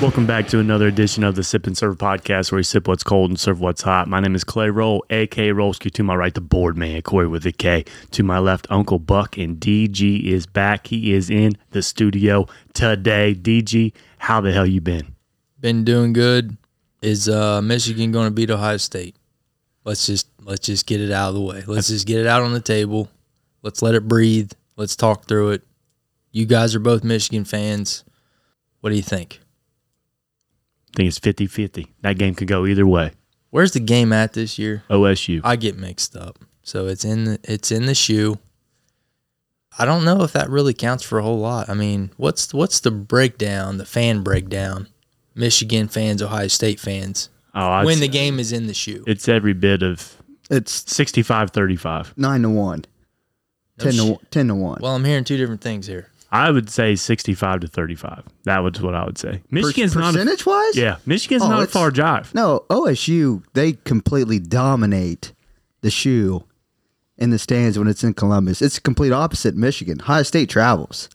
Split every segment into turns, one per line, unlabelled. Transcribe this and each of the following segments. Welcome back to another edition of the Sip and Serve podcast where we sip what's cold and serve what's hot. My name is Clay Roll, AK Rollsky. To my right, the board man, Corey with the K. To my left, Uncle Buck, and DG is back. He is in the studio today. DG, how the hell you been?
Been doing good. Is uh, Michigan going to beat Ohio State? Let's just let's just get it out of the way. Let's just get it out on the table. Let's let it breathe. Let's talk through it. You guys are both Michigan fans. What do you think?
I think it's 50 50. That game could go either way.
Where's the game at this year?
OSU.
I get mixed up. So it's in the, it's in the shoe. I don't know if that really counts for a whole lot. I mean, what's what's the breakdown, the fan breakdown? Michigan fans, Ohio State fans.
Oh, I'd
when
say
the game is in the shoe.
it's every bit of
It's
65 35.
nine to one.
No
Ten to
shit.
one, ten to one.
Well, I'm hearing two different things here.
I would say 65 to 35. That was what I would say. Michigan's not. A,
percentage wise.
yeah, Michigan's
Oh,
not a
it's-
far jive.
No, OSU they completely dominate the shoe in the stands when it's in Columbus. It's the complete opposite. in Michigan, Ohio State travels,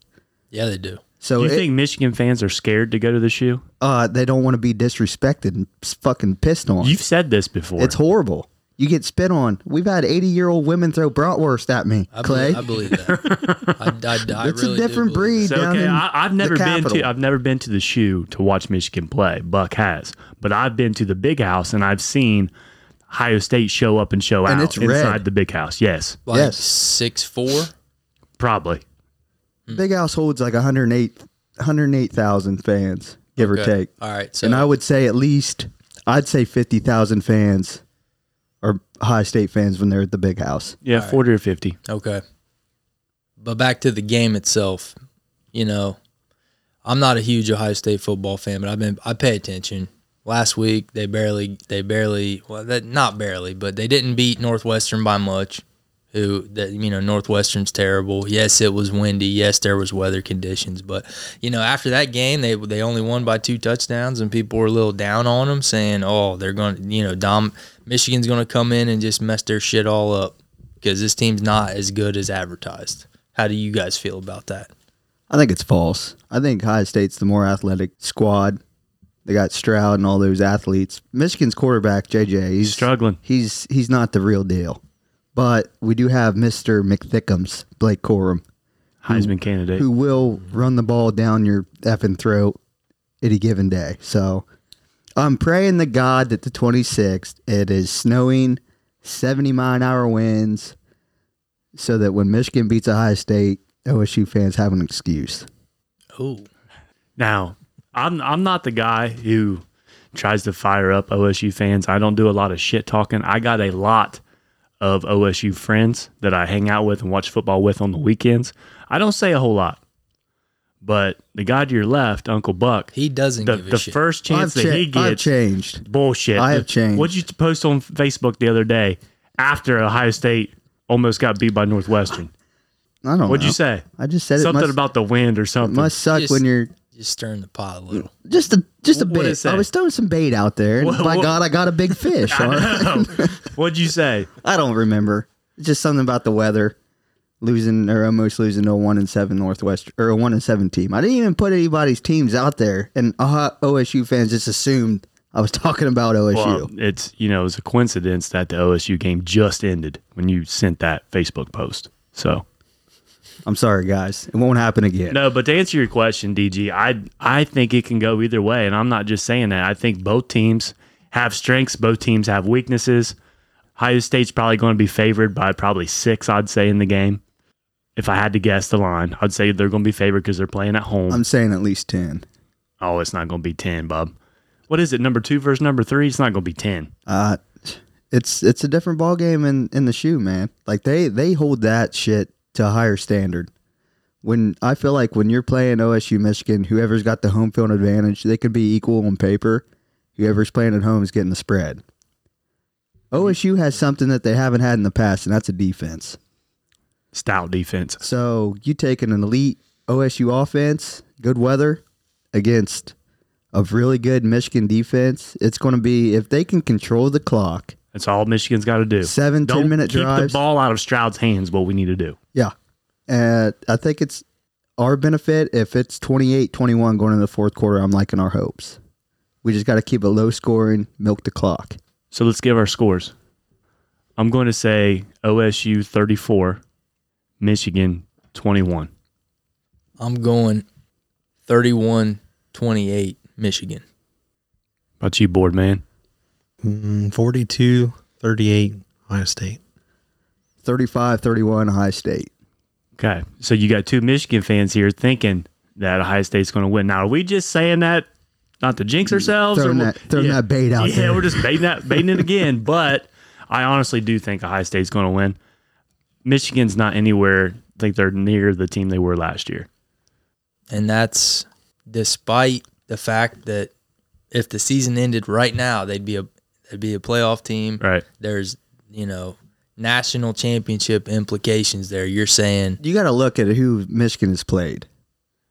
Yeah, they do.
so
Do you
it-
think Michigan fans are scared to go to the shoe?
uh, they don't want to be disrespected and s- fucking pissed on.
You've said this before.
it's horrible. You get spit on. We've had eighty-year-old women throw bratwurst at me.
I
Clay,
Believe, I believe that. I, I, I
It's a
really do believe
different breed.
So,
down
okay,
in
I, I've
the
never been
capital.
to I've never been to the shoe to watch Michigan play. Buck has, but I've been to the big house and I've seen Ohio State show up and show
And
out
it's red.
inside the big house. Yes,
That. Like
Yes.
six four.
probably.
big households like 108 108,000 fans, give or take.
All right. So
and I would say at least I'd say fifty thousand fans or high state fans when they're at the big house.
Yeah, forty or fifty.
okay. But back to the game itself. You know, I'm not a huge Ohio State football fan, but I've been I pay attention. Last week they barely they barely well that not barely, but they didn't beat Northwestern by much. Who that you know Northwestern's terrible. Yes, it was windy. Yes, there was weather conditions, but you know after that game they they only won by two touchdowns and people were a little down on them, saying oh they're going to you know Dom Michigan's going to come in and just mess their shit all up because this team's not as good as advertised. How do you guys feel about that?
I think it's false. I think High State's the more athletic squad. They got Stroud and all those athletes. Michigan's quarterback JJ, he's
Struggling.
He's he's not the real deal. But we do have Mr. McThickums, Blake Corum,
Heisman candidate.
who will run the ball down your effing throat any given day. So I'm praying to God that the 26th it is snowing, 70 mile an hour winds, so that when Michigan beats Ohio State, OSU fans have an excuse.
Oh,
Now, I'm I'm not the guy who tries to fire up OSU fans. I don't do a lot of shit talking. I got a lot of OSU friends that I hang out with and watch football with on the weekends. I don't say a whole lot. But the guy to your left, Uncle Buck,
he doesn't
the,
give a
the
shit.
first chance that
cha-
he
I've
gets
changed.
bullshit.
I have changed.
What'd you post on Facebook the other day after Ohio State almost got beat by Northwestern?
I don't
What'd
know.
you say?
I just said
something
it must,
about the wind or
it
something.
must suck
Just-
when you're
just stirring the pot a little.
just a just a
What
bit.
is that?
I was throwing some bait out there, and
Wha-
by
wha-
God, I got a big fish. all right?
What'd you say?
I don't remember. It's just something about the weather, losing or almost losing to a one and seven Northwest or a one and seven team. I didn't even put anybody's teams out there, and uh, OSU fans just assumed I was talking about OSU.
Well, it's you know it's a coincidence that the OSU game just ended when you sent that Facebook post. So
I'm sorry, guys. It won't happen again.
no, but to answer your question, DG, I I think it can go either way, and I'm not just saying that. I think both teams have strengths, both teams have weaknesses. Ohio State's probably going to be favored by probably six, I'd say, in the game. If I had to guess the line, I'd say they're going to be favored because they're playing at home.
I'm saying at least ten.
oh, it's not going to be ten, Bub. What is it? Number two versus number three? It's not going to be ten.
Uh, it's it's a different ball game in in the shoe, man. Like they they hold that shit to a higher standard. When I feel like when you're playing OSU Michigan, whoever's got the home field advantage, they could be equal on paper. Whoever's playing at home is getting the spread. OSU has something that they haven't had in the past, and that's a defense.
Stout defense.
So you take an elite OSU offense, good weather, against a really good Michigan defense. It's going to be if they can control the clock
That's all Michigan's got to do.
Seven
Don't
10 minute
keep
drives.
the ball out of Stroud's hands. What we need to do.
Yeah. Uh, I think it's our benefit, if it's 28 21 going into the fourth quarter, I'm liking our hopes. We just got to keep it low scoring, milk the clock.
So let's give our scores. I'm going to say OSU 34, Michigan 21.
I'm going 31 28 Michigan.
About you, board man.
Mm, 42 38 Ohio State.
35 31 High State.
Okay. So you got two Michigan fans here thinking that Ohio State's going to win. Now, are we just saying that not to jinx ourselves?
Mm, Throwing,
we're-
that, throwing
yeah.
that bait out
yeah,
there.
we're just baiting that baiting it again. But I honestly do think Ohio State's going to win. Michigan's not anywhere. I think they're near the team they were last year.
And that's despite the fact that if the season ended right now, they'd be a they'd be a playoff team.
Right.
There's, you know, national championship implications there. You're saying
you got to look at who Michigan has played.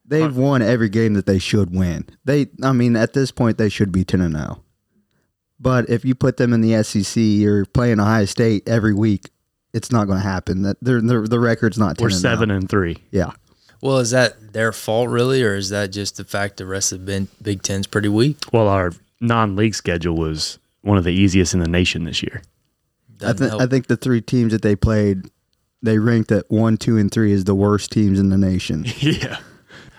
They've won every game that they should win. They, I mean, at this point, they should be ten and zero. But if you put them in the SEC, you're playing Ohio State every week. It's not going to happen. That their their- the record's not 10
We're
and 0.
seven and three.
Yeah,
Well, is that their fault really, or is that just the fact the rest of the Ben- Big Ten's pretty weak?
Well, our non-league schedule was one of the easiest in the nation this year.
I
Doesn't
think
help.
I think the three teams that they played, they ranked at one, two, and three as the worst teams in the nation.
Yeah.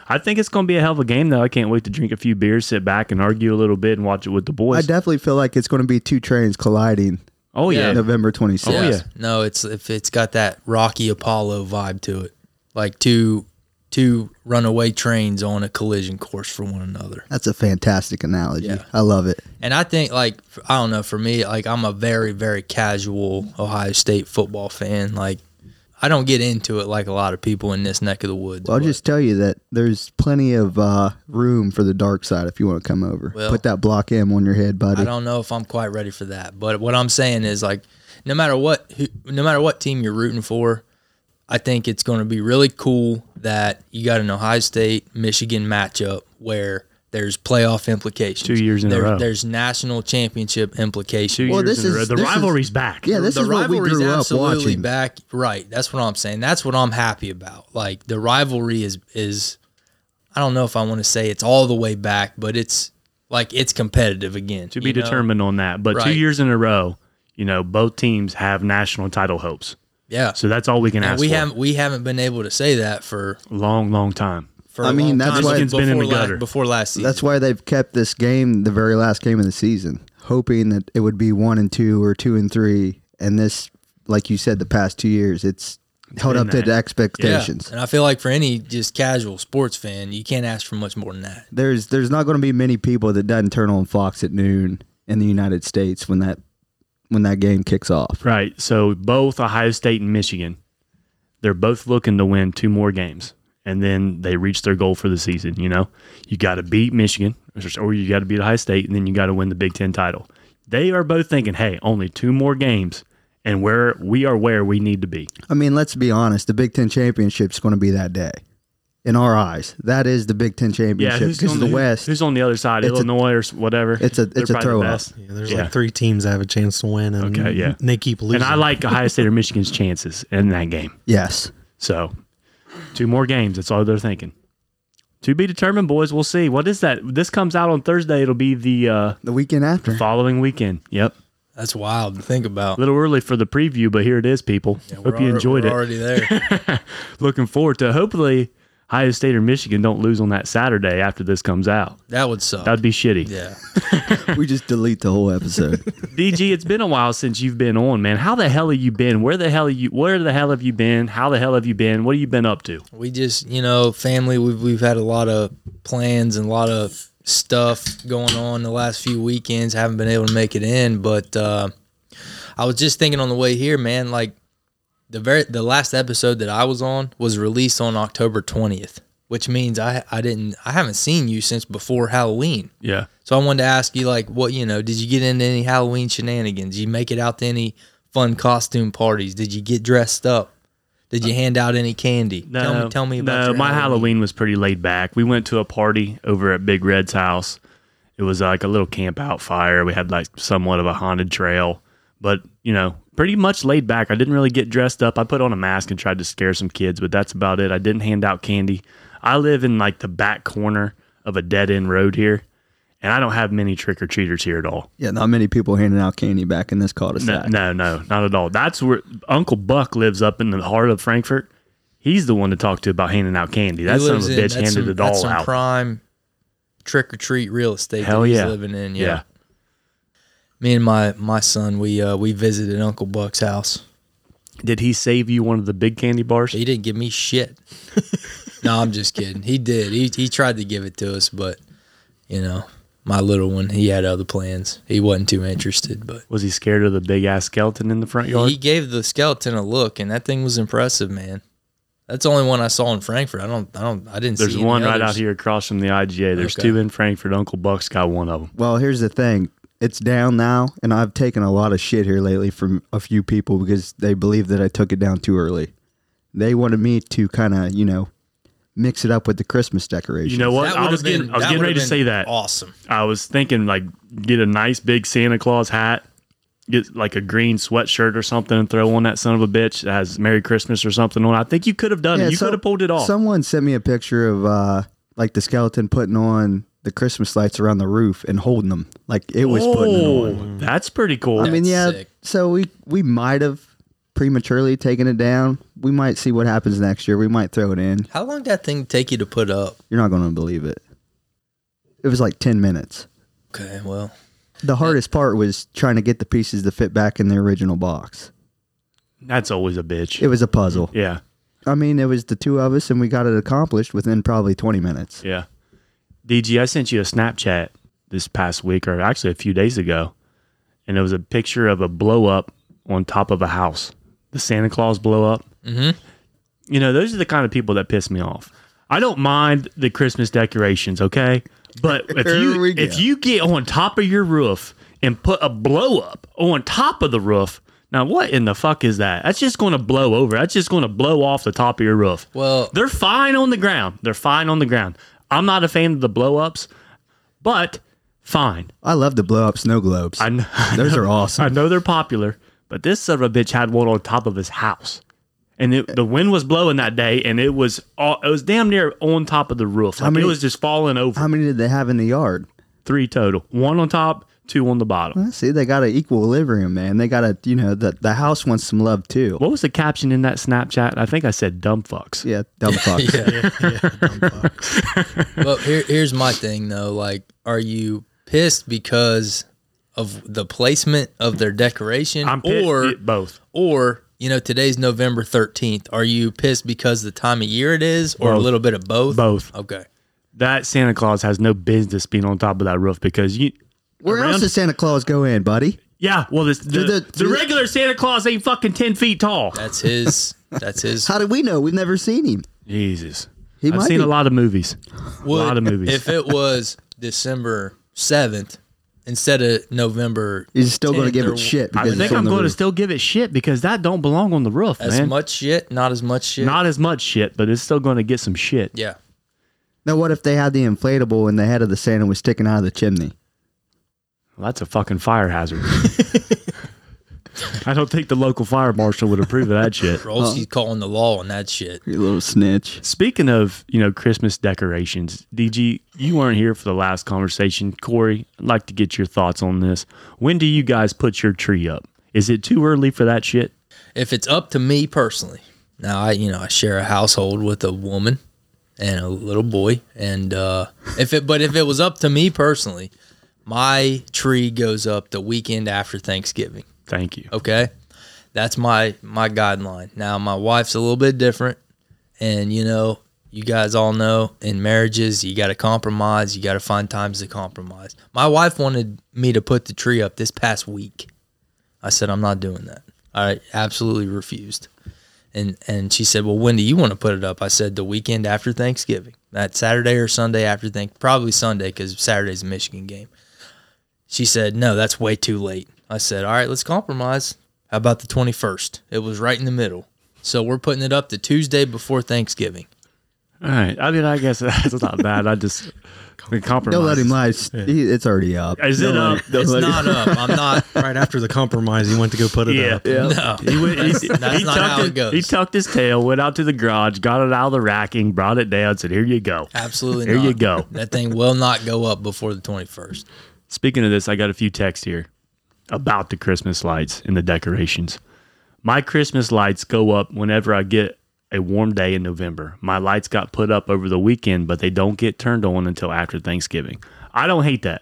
I think it's going to be a hell of a game, though. I can't wait to drink a few beers, sit back and argue a little bit, and watch it with the
I
boys.
definitely feel like it's going to be two trains colliding.
oh yeah,
November twenty sixth.
yeah. No, it's if it's got that Rocky Apollo vibe to it, like two two runaway trains on a collision course for one another.
That's a fantastic analogy.
Yeah.
I love it.
And I think, like, f- I don't know, for me, like, I'm a very very casual Ohio State football fan. Like, I don't get into it like a lot of people in this neck of the woods.
Well, I'll
but-
just tell you that there's plenty of uh, room for the dark side if you want to come over.
Well-
Put that block M on your head, buddy.
I don't know if I'm quite ready for that. But what I'm saying is like, no matter what, who, no matter what team you're rooting for, I think it's going to be really cool that you got an Ohio State Michigan matchup where there's playoff implications.
Two years in a row.
There's national championship implications.
two
Well,
years
this
in a row.
is-
The
this is-
rivalry's back.
yeah, this
the
is what we
rivalry's
grew up
absolutely
watching.
back. Right. That's what I'm saying. That's what I'm happy about. Like the rivalry is is I don't know if I want to say it's all the way back, but it's like it's competitive again.
to be
you know?
determined on that. But two
Right.
years in a row, you know, both teams have national title hopes.
Yeah.
So that's all we can
And
ask
we
for.
haven't we haven't been able to say that for
long, long time.
for.
I
a
mean,
long
that's
time.
why-
Michigan's been in the
Before la-
gutter.
before last season.
That's why they've kept this game the very last game of the season, hoping that it would be one and two or two and three. And this, like you said, the past two years, it's, held
been
up to
that.
the
yeah.
expectations.
And I feel like for any just casual sports fan, you can't ask for much more than that.
There's there's not going to be many people that doesn't turn on Fox at noon in the United States when that when that game kicks off.
Right. So both Ohio State and Michigan, they're both looking to win two more games. And then they reach their goal for the season. You know, you got to beat Michigan or you got to beat Ohio State, and then you got to win the Big Ten title. They are both thinking, hey, only two more games, and where we are where we need to be.
I mean, let's be honest. The Big Ten Championship's going to be that day, in our eyes. That is the Big Ten
Yeah,
Championship
who's
because
on
the West.
Who's on the other side,
It's a-
Illinois or s- whatever?
it's a-
They're
it's a
probably the
throw up.
best.
Yeah, there's
Yeah.
like three teams that have a chance to win, and
Okay, yeah.
they keep losing.
And I like Ohio State or Michigan's chances in that game.
yes,
So, two more games. That's all they're thinking. To be determined, boys. We'll see. What is that? This comes out on Thursday. It'll be the uh,
the weekend after.
following weekend. Yep.
That's wild to think
A
about.
little early for the preview, but here it is, people.
We're
Hope you
alre-
enjoyed
we're
it.
Already there.
Looking forward to hopefully Ohio State or Michigan don't lose on that Saturday after this comes out.
That would suck.
That'd be shitty.
yeah.
we just delete the whole episode.
DG, it's been a while since you've been on, man. How the hell have you been? Where the hell are you? Where the hell have you been? How the hell have you been? What have you been up to?
We just you know family. We've we've had a lot of plans and a lot of stuff going on the last few weekends. Haven't been able to make it in, but uh, I was just thinking on the way here, man. Like the very the last episode that I was on was released on October twentieth, which means I I didn't I haven't seen you since before Halloween.
Yeah.
So I wanted to ask you, like, what you know? Did you get into any Halloween shenanigans? Did you make it out to any fun costume parties? Did you get dressed up? Did you hand out any candy?
Uh, No,
tell me, tell me about
no,
your
my Halloween. was pretty laid back. We went to a party over at Big Red's house. It was uh, like a little camp out fire. We had like somewhat of a haunted trail, but you know, pretty much laid back. I didn't really get dressed up. I put on a mask and tried to scare some kids, but that's about it. I didn't hand out candy. I live in like the back corner of a dead end road here, and I don't have many trick or treaters here at all.
Yeah, not many people handing out candy back in this
No,
cul-de-sac.
no, no, not at all. That's where Uncle Buck lives up in the heart of Frankfurt. He's the one to talk to about handing out candy. That
He
son of
lives
a
in-
bitch
that's
handed
some-
it
that's
all
some
out.
Prime trick or treat real estate.
Hell
that he's
yeah.
living in. Yeah.
Yeah.
Me and my my son, we uh, we visited Uncle Buck's house.
Did he save you one of the big candy bars?
He didn't give me shit. no, I'm just kidding. He did. He he tried to give it to us, but you know, my little one, he had other plans. He wasn't too interested, but
Was he scared of the big ass skeleton in the front yard?
he gave the skeleton a look, and that thing was impressive, man. That's the only one I saw in Frankfurt. I don't, I don't, I didn't.
There's
see any
one right
others.
out here across from the IGA. There's
Okay.
two in Frankfurt. Uncle Buck's got one of them.
Well, here's the thing. It's down now, and I've taken a lot of shit here lately from a few people because they believe that I took it down too early. They wanted me to kind of, you know, mix it up with the Christmas decorations.
You know what?
That
I
would've
was getting,
been-
I was
that
getting
would've
ready to
been
say that.
Awesome.
I was thinking like get a nice big Santa Claus hat, get like a green sweatshirt or something, and throw on that son of a bitch that has Merry Christmas or something on. I think you could have done
Yeah,
it. You
some-
could have pulled it off.
Someone sent me a picture of uh like the skeleton putting on the Christmas lights around the roof and holding them. Like it was putting it
oh,
on.
that's pretty cool.
I mean,
That's
yeah.
sick.
So we we might have prematurely taken it down. We might see what happens next year. We might throw it in.
How long did that thing take you to put up?
You're not going to believe it. It was like 10 minutes.
Okay, well,
The hardest part was trying to get the pieces to fit back in the original box.
that's always a bitch.
It was a puzzle.
yeah,
I mean, it was the two of us, and we got it accomplished within probably 20 minutes.
yeah. DG, I sent you a Snapchat this past week, or actually a few days ago, and it was a picture of a blow up on top of a house. The Santa Claus blow up.
Mm-hmm.
Mhm.
You know, those are the kind of people that piss me off. I don't mind the Christmas decorations, okay? But if
Here
you
we go.
if you get on top of your roof and put a blow up on top of the roof, now what in the fuck is that? That's just going to blow over. That's just going to blow off the top of your roof.
well,
They're fine on the ground. They're fine on the ground. I'm not a fan of the blow ups, but fine.
I love to blow up snow globes.
I know,
Those are awesome.
I know they're popular, but this son of a bitch had one on top of his house. And it, the wind was blowing that day, and it was all, it was damn near on top of the roof. Like
many-
it was just falling over.
How many did they have in the yard?
Three total, one on top, two on the bottom.
Well, See, they got an equilibrium, man. They got a, you know, the, the house wants some love too.
What was the caption in that Snapchat? I think I said dumb fucks.
Yeah, dumb fuck.
but here, here's my thing though. Like, are you pissed because of the placement of their decoration,
I'm pit,
or
it- both.
or you know today's November thirteenth? Are you pissed because the time of year it is, or a
Both.
little bit of both?
Both.
Okay.
That Santa Claus has no business being on top of that roof because you
Where
around-
else does Santa Claus go in, buddy?
Yeah, well, this, the,
the-
the,
do-
regular Santa Claus ain't fucking 10 feet tall.
That's his. That's his.
How do we know? We've never seen him.
Jesus.
He
I've
might
seen
be-
a lot of movies.
Would-
lot of movies.
If it was December seventh instead of November,
He's still going to
10th
give
or-
it shit
I
because
think
it's on
I'm
the
going to
roof.
still give it shit because that don't belong on the roof,
As
man.
much shit, not as much shit.
Not as much shit, but it's still going to get some shit.
yeah.
Now, what if they had the inflatable and the head of the Santa was sticking out of the chimney?
Well, that's a fucking fire hazard. I don't think the local fire marshal would approve of that shit.
Rolski's calling the law on that shit.
You little snitch.
Speaking of, you know, Christmas decorations, DG, you weren't here for the last conversation. Corey, I'd like to get your thoughts on this. When do you guys put your tree up? Is it too early for that shit?
if it's up to me personally now i you know i share a household with a woman and a little boy and uh if it but if it was up to me personally my tree goes up the weekend after thanksgiving
Thank you.
okay that's my my guideline now my wife's a little bit different and you know you guys all know in marriages you got to compromise you got to find times to compromise my wife wanted me to put the tree up this past week i said i'm not doing that i absolutely refused and and she said well when do you want to put it up i said the weekend after thanksgiving that saturday or sunday after thank probably sunday because saturday's a michigan game she said, No, that's way too late. I said, All right, let's compromise. How about the 21st? It was right in the middle. So we're putting it up the Tuesday before Thanksgiving.
All right. I mean, I guess that's not bad. I just the compromise.
Don't let him lie. It's, he- it's already up.
Is it
Don't let
up?
him- don't
It's
let him-
not up. I'm not.
Right after the compromise, he went to go put it
Yeah.
up.
Yeah.
No.
He, went, he,
that's
he
not
tucked
how it
his-
goes.
He tucked his tail, went out to the garage, got it out of the racking, brought it down, said, "Here you go."
Absolutely
There
not.
you go.
That thing will not go up before the 21st.
Speaking of this, I got a few texts here about the Christmas lights and the decorations. My Christmas lights go up whenever I get a warm day in November. My lights got put up over the weekend, but they don't get turned on until after Thanksgiving. I don't hate that.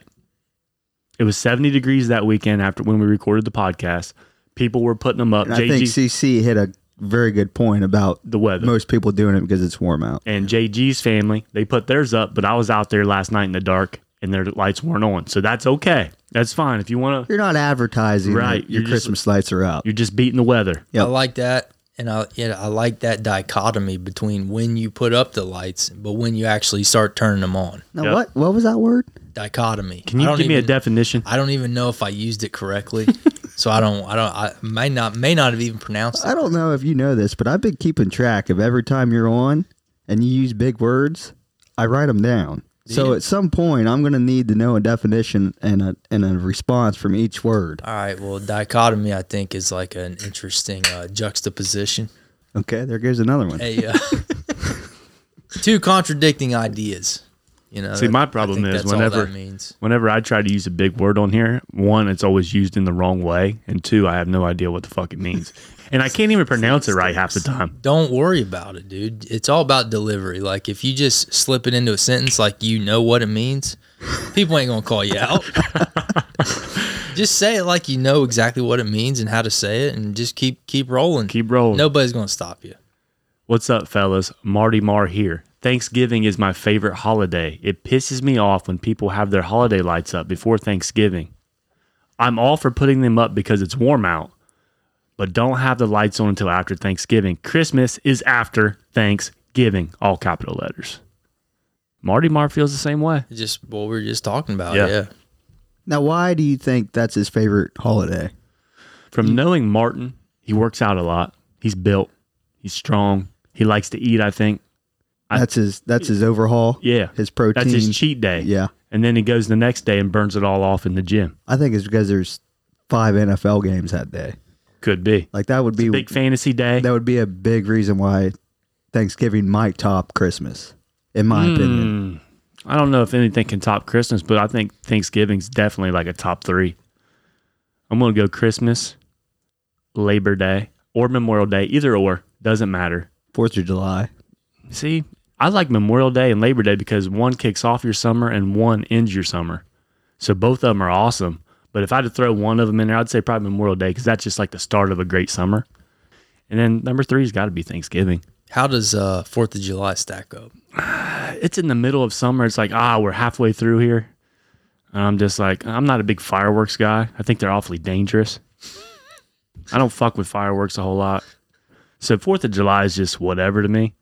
It was 70 degrees that weekend after when we recorded the podcast. People were putting them up.
And I think CC hit a very good point about
the weather.
most people doing it because it's warm out.
and JG's family, they put theirs up, but I was out there last night in the dark and their lights weren't on. So that's okay. That's fine. If you want to,
You're not advertising, that
Right, you're
Your
just-
Christmas lights are out.
you're just beating the weather.
Yep.
I like that. And I, yeah, I like that dichotomy between when you put up the lights, but when you actually start turning them on.
Now,
Yep.
what what was that word?
Dichotomy.
Can you
I
give
don't
me a
even-
definition?
I don't even know if I used it correctly, so I don't. I don't. I may not. May not have even pronounced it.
I don't know if you know this, but I've been keeping track of every time you're on and you use big words. I write them down. so
you?
at some point, I'm going to need to know a definition and a and a response from each word.
All right. Well, dichotomy, I think, is like an interesting uh, juxtaposition.
Okay, there goes another one.
A uh, two contradicting ideas. You know.
See,
that-
my
I
problem
think
is
that's all that
whenever-
means.
Whenever I try to use a big word on here, one, it's always used in the wrong way, and two, I have no idea what the fuck it means, and I can't even pronounce it right half the time.
Don't worry about it, dude. It's all about delivery. Like if you just slip it into a sentence like you know what it means, people ain't gonna call you out. just say it like you know exactly what it means and how to say it and just keep keep rolling.
Keep rolling.
Nobody's gonna stop you.
What's up, fellas? Marty Mar here. Thanksgiving is my favorite holiday. It pisses me off when people have their holiday lights up before Thanksgiving. I'm all for putting them up because it's warm out, but don't have the lights on until after Thanksgiving. Christmas is after Thanksgiving, all capital letters. Marty Mar feels the same way.
It's just what we were just talking about.
Yeah.
Yeah.
Now, why do you think that's his favorite holiday? Mm.
From knowing Martin, he works out a lot. He's built, he's strong, he likes to eat, I think. I-
That's his that's his overhaul.
Yeah.
his protein.
That's his cheat day.
Yeah,
And then he goes the next day and burns it all off in the gym.
I think it's because there's five NFL games that day.
Could be.
Like that would be
Big fantasy day.
that would be a big reason why Thanksgiving might top Christmas, in my opinion.
Hmm. I don't know if anything can top Christmas, but I think Thanksgiving's definitely like a top three. I'm going to go Christmas, Labor Day, or Memorial Day. Either or doesn't matter.
Fourth of July.
See, I like Memorial Day and Labor Day because one kicks off your summer and one ends your summer. So both of them are awesome. But if I had to throw one of them in there, I'd say probably Memorial Day because that's just like the start of a great summer. And then number three's got to be Thanksgiving.
How does uh Fourth of July stack up?
it's in the middle of summer. It's like, ah, we're halfway through here. And I'm just like, I'm not a big fireworks guy. I think they're awfully dangerous. I don't fuck with fireworks a whole lot. So 4th of July is just whatever to me.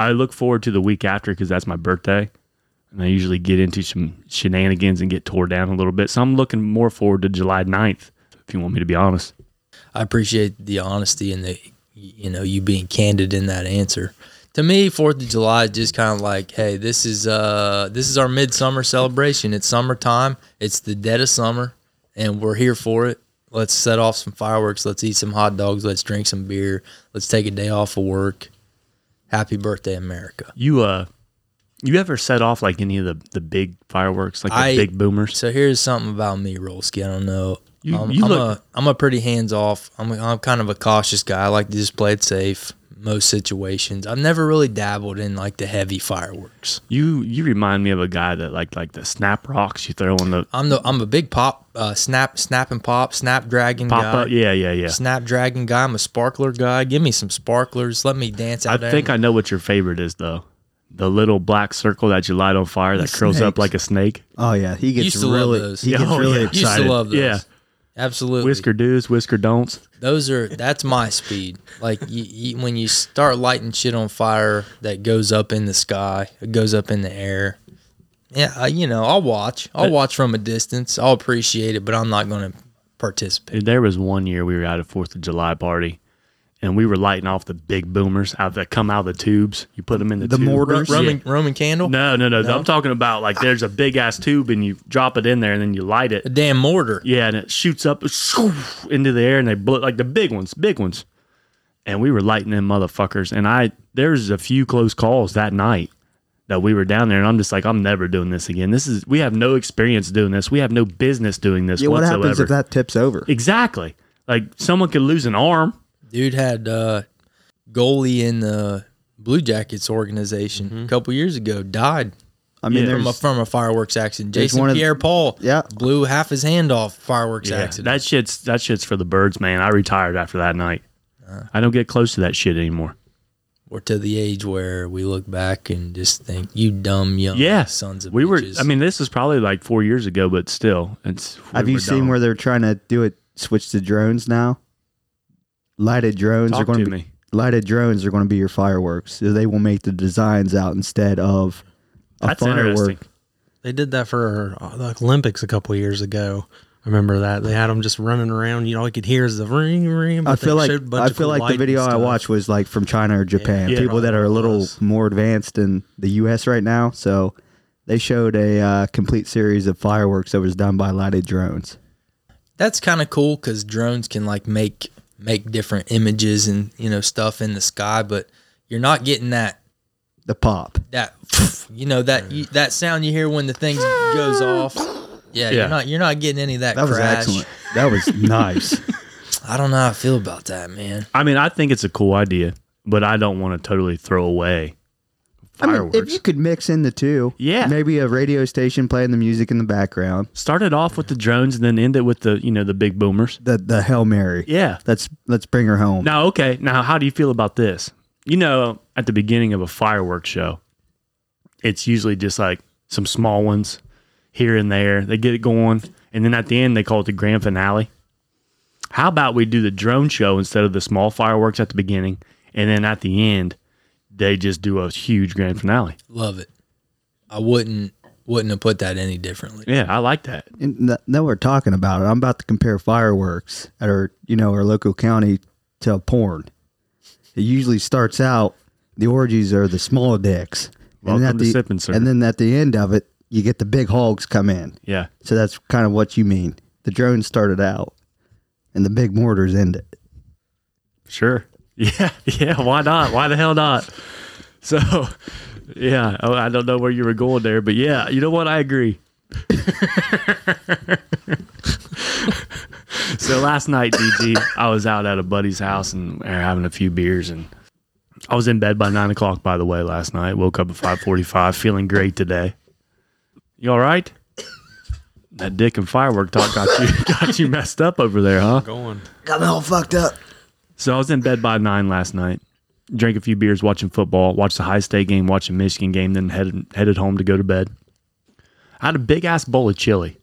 I look forward to the week after because that's my birthday. And I usually get into some shenanigans and get tore down a little bit. So I'm looking more forward to July 9th, if you want me to be honest.
I appreciate the honesty and the you know you being candid in that answer. To me, Fourth of July is just kind of like, hey, this is uh this is our midsummer celebration. It's summertime. It's the dead of summer, and we're here for it. Let's set off some fireworks. Let's eat some hot dogs. Let's drink some beer. Let's take a day off of work. Happy birthday, America.
You, uh, you ever set off like any of the, the big fireworks, like the
I-
big boomers?
So here's something about me, Rolski. I don't know.
You-
um,
you
I'm,
look-
a, I'm a pretty hands off. I'm, a, I'm kind of a cautious guy. I like to just play it safe most situations. I've never really dabbled in like the heavy fireworks.
You you remind me of a guy that like like the snap rocks you throw on the
I'm the I'm a big pop uh, snap snap and pop snapdragon
pop
guy.
up. Yeah, yeah, yeah.
Snapdragon guy. I'm a sparkler guy. Give me some sparklers. Let me dance out
I
there.
think I know what your favorite is though. The little black circle that you light on fire that curls up
snakes.
like a snake.
Oh yeah, he gets
Used to love
really
those.
he
Yeah,
gets
oh,
really
yeah.
used to
excited.
love those.
Yeah.
Absolutely.
Whisker do's, whisker don'ts.
Those are that's my speed. Like you, you, when you start lighting shit on fire that goes up in the sky, it goes up in the air. Yeah, I, you know, I'll watch. I'll watch from a distance. I'll appreciate it, but I'm not going to participate.
There was one year we were at a Fourth of July party, and we were lighting off the big boomers out that come out of the tubes. You put them in the,
The
tube.
mortar-
Ro-
Orders?
Roman Roman candle,
No, no, no, I'm talking about like there's a big ass tube and you drop it in there and then you light
a
it.
damn mortar.
Yeah, and it shoots up shoof, into the air and they blow like the big ones, big ones. And we were lighting them motherfuckers. And I there's a few close calls that night that we were down there and I'm just like, I'm never doing this again. This is we have no experience doing this. We have no business doing this
Yeah, what
whatsoever.
happens if that tips over?
exactly. Like someone could lose an arm.
Dude had uh, goalie in the Blue Jackets organization a couple years ago died
I mean,
Yeah.
from a
Mm-hmm. there's
from a fireworks accident. Jason
one of the-
Pierre Paul,
Yeah.
blew half his hand off fireworks
Yeah,
accident.
that shit's that shit's for the birds, man. I retired after that night.
Uh.
I don't get close to that shit anymore.
We're to the age where we look back and just think, "You dumb young
Yeah,
sons of
we were.
bitches."
I mean, this is probably like four years ago, but still, it's. we
have you
were
seen
dumb.
where they're trying to do it? Switch to drones now. Lighted drones are
Talk
going
to
to be
me.
lighted drones are going to be your fireworks. So they will make the designs out instead of a
That's interesting.
firework.
They did that for uh, the Olympics a couple years ago. I remember that they had them just running around. You know, all you could hear is the ring, ring. but
I
they
feel like
showed a bunch
I
of
feel
cool
like
lights
the
and
video I
stuff.
watched was like from China or Japan.
Yeah,
People that are a little
was.
more advanced in the U.S. right now. So they showed a uh, complete series of fireworks that was done by lighted drones.
that's kind of cool because drones can like make make different images and you know stuff in the sky, but you're not getting that
The pop.
that you know that you, that sound you hear when the thing goes off.
Yeah.
Yeah, you're not you're not getting any of that,
That was
crash.
excellent. That was nice.
I don't know how I feel about that, man.
I mean, I think it's a cool idea, but I don't want to totally throw away
I mean,
fireworks.
if you could mix in the two,
Yeah.
maybe a radio station playing the music in the background.
Start it off with the drones and then end it with the you know the big boomers.
The the Hail Mary.
Yeah.
Let's let's bring her home.
Now, okay. Now, how do you feel about this? You know, at the beginning of a fireworks show, it's usually just like some small ones here and there. They get it going, and then at the end, they call it the grand finale. How about we do the drone show instead of the small fireworks at the beginning, and then at the end, they just do a huge grand finale?
Love it. I wouldn't wouldn't have put that any differently.
Yeah, I like that.
And th- now we're talking about it. I'm about to compare fireworks at our you know our local county to porn. It usually starts out the orgies are the small dicks,
Welcome
and,
to
then at
Sippin',
the,
sir.
and then at the end of it, you get the big hogs come in.
Yeah.
So that's kind of what you mean. The drones started out, and the big mortars ended.
Sure. Yeah. Yeah. Why not? Why the hell not? So, yeah. Oh, I don't know where you were going there, but yeah, you know what? I agree. so last night, DG, I was out at a buddy's house and we were having a few beers, and I was in bed by nine o'clock. By the way, last night, woke up at five forty-five, feeling great today. You all right? That dick and firework talk got you got you messed up over there, huh?
Going.
Got me all fucked up.
So I was in bed by nine last night. Drank a few beers, watching football, watched the high state game, watched the Michigan game, then headed headed home to go to bed. I had a big ass bowl of chili,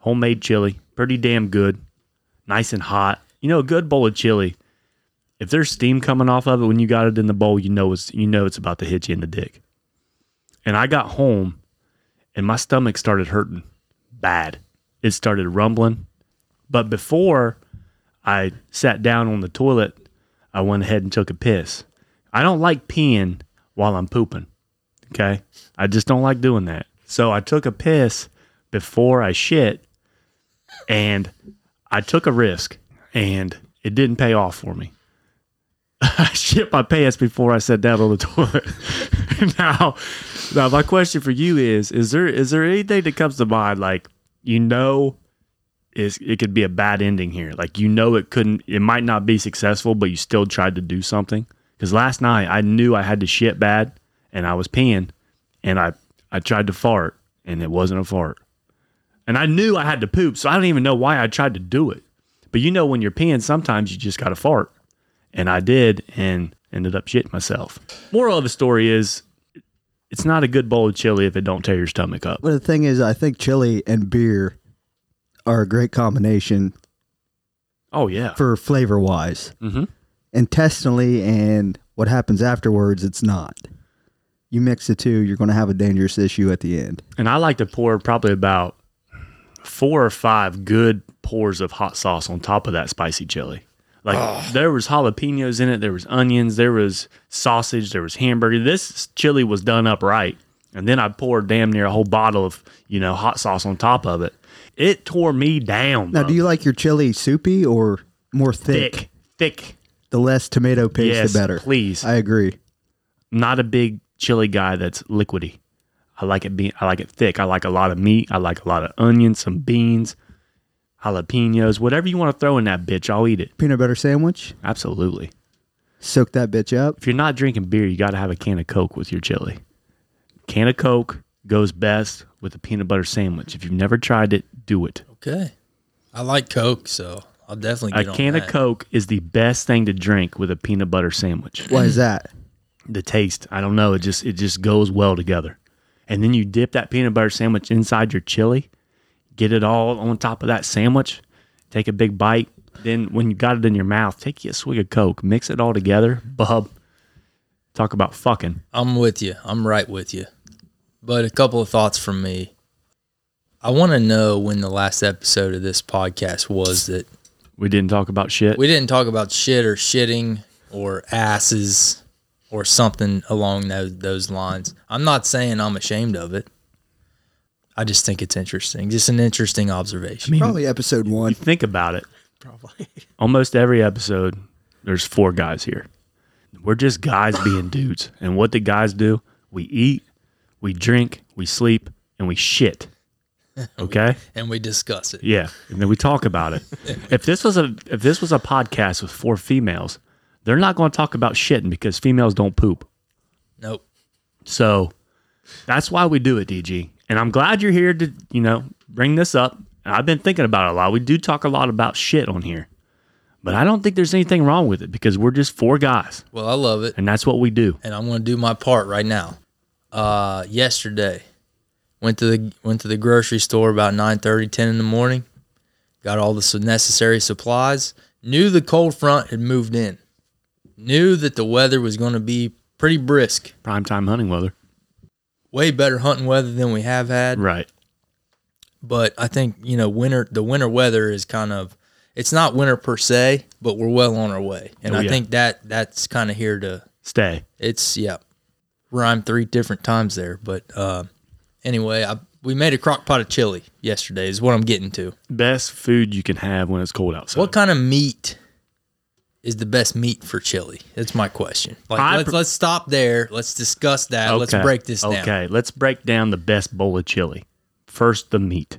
homemade chili, pretty damn good, nice and hot. You know, a good bowl of chili. If there's steam coming off of it when you got it in the bowl, you know it's you know it's about to hit you in the dick. And I got home, and my stomach started hurting bad. It started rumbling, but before I sat down on the toilet. I went ahead and took a piss. I don't like peeing while I'm pooping. Okay. I just don't like doing that. So I took a piss before I shit and I took a risk and it didn't pay off for me. I shit my pants before I sat down on the toilet. now, now my question for you is is there is there anything that comes to mind like you know is it could be a bad ending here. Like you know it couldn't it might not be successful, but you still tried to do something. Cuz last night I knew I had to shit bad and I was peeing and I I tried to fart and it wasn't a fart. And I knew I had to poop, so I don't even know why I tried to do it. But you know when you're peeing sometimes you just got to fart. And I did and ended up shitting myself. Moral of the story is it's not a good bowl of chili if it don't tear your stomach up.
Well, the thing is, I think chili and beer are a great combination
Oh yeah.
for flavor wise.
Mhm.
Intestinally and what happens afterwards, it's not. You mix the two, you're going to have a dangerous issue at the end.
and I like to pour probably about four or five good pours of hot sauce on top of that spicy chili. Like there was jalapenos in it, there was onions, there was sausage, there was hamburger. This chili was done up right. And then I poured damn near a whole bottle of, you know, hot sauce on top of it. It tore me down.
Now,
bro.
do you like your chili soupy or more thick?
Um, thick, thick.
The less tomato paste,
Yes,
the better.
please.
I agree.
Not a big chili guy that's liquidy. I like it being I like it thick. I like a lot of meat. I like a lot of onions, some beans, jalapenos, whatever you want to throw in that bitch, I'll eat it.
Peanut butter sandwich.
Absolutely.
Soak that bitch up.
if you're not drinking beer, you got to have a can of Coke with your chili. Can of Coke goes best with a peanut butter sandwich. If you've never tried it, do it.
Okay. I like Coke, so I'll definitely
A
get on
can
that.
of Coke is the best thing to drink with a peanut butter sandwich.
Why is that?
The taste, I don't know, it just it just goes well together. And then you dip that peanut butter sandwich inside your chili, get it all on top of that sandwich, take a big bite. Then when you got it in your mouth, take you a swig of Coke, mix it all together. Bub, talk about fucking.
I'm with you. I'm right with you. But a couple of thoughts from me. I want to know when the last episode of this podcast was that
We didn't talk about shit.
we didn't talk about shit or shitting or asses or something along those, those lines. I'm not saying I'm ashamed of it. I just think it's interesting. Just an interesting observation.
Probably episode one.
think about it.
Probably.
Almost every episode, there's four guys here. We're just guys being dudes. And what do guys do? We eat, we drink, we sleep, and we shit. Okay?
and we discuss it.
Yeah. And then we talk about it. If this was a if this was a podcast with four females, they're not going to talk about shitting because females don't poop.
Nope.
So that's why we do it, DG. And I'm glad you're here to, you know, bring this up. And I've been thinking about it a lot. We do talk a lot about shit on here. But I don't think there's anything wrong with it because we're just four guys
Well, I love it.
and that's what we do.
and I'm going to do my part right now. Uh, yesterday, went to the went to the grocery store about 9:30, 10 in the morning. Got all the su- necessary supplies. Knew the cold front had moved in. Knew that the weather was going to be pretty brisk.
Primetime hunting weather.
Way better hunting weather than we have had,
Right.
but I think you know winter. The winter weather is kind of it's not winter per se, but we're well on our way, and
Oh,
I
yeah.
think that that's kind of here to
Stay.
It's yeah, rhymed three different times there. But uh, anyway, I, we made a crock pot of chili yesterday. Is what I'm getting to.
Best food you can have when it's cold outside.
What kind of meat is the best meat for chili? That's my question. Like
I
let's
pre-
let's stop there. Let's discuss that. Let's
Okay.
break this down.
Okay, let's break down the best bowl of chili. First, the meat.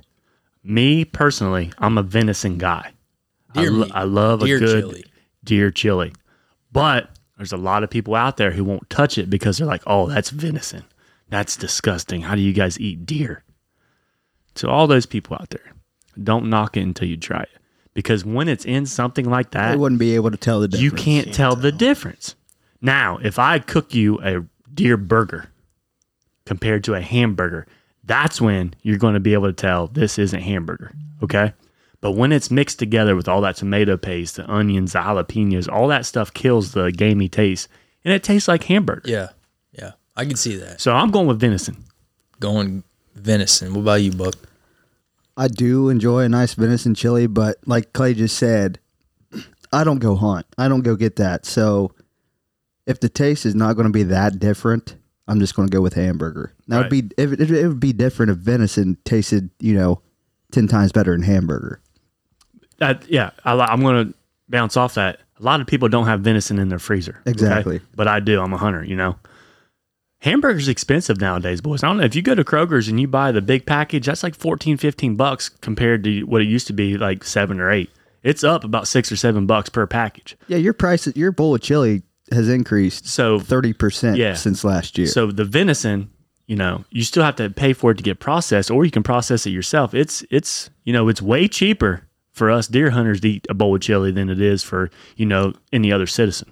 Me personally, I'm a venison guy.
Deer
I, lo-
meat.
I love
Deer
a good
chili.
deer chili, but there's a lot of people out there who won't touch it because they're like, "Oh, that's venison. That's disgusting. How do you guys eat deer?" To all those people out there, don't knock it until you try it, because when it's in something like
I
that,
wouldn't be able to tell the difference.
you can't, tell, the difference. Now, if I cook you a deer burger compared to a hamburger, that's when you're going to be able to tell this isn't hamburger. Okay. But when it's mixed together with all that tomato paste, the onions, the jalapenos, all that stuff kills the gamey taste and it tastes like hamburger.
Yeah, yeah, I can see that.
So I'm going with venison.
Going venison. What about you, Buck?
I do enjoy a nice venison chili, but like Clay just said, I don't go hunt. I don't go get that. So if the taste is not going to be that different, I'm just going to go with hamburger. Now it'd be it, it, it would be different if venison tasted, you know, ten times better than hamburger.
That, yeah. I, li- I'm going to bounce off that. A lot of people don't have venison in their freezer. okay?
Exactly.
But I do. I'm a hunter, you know. Hamburgers expensive nowadays, boys. I don't know if you go to Kroger's and you buy the big package, that's like 14, 15 bucks compared to what it used to be like 7 or 8. It's up about 6 or 7 bucks per package.
Yeah, your price, your bowl of chili has increased
So
thirty percent
Yeah.
since last year.
so the venison, you know, you still have to pay for it to get processed or you can process it yourself. It's it's, you know, it's way cheaper for us deer hunters to eat a bowl of chili than it is for, you know, any other citizen.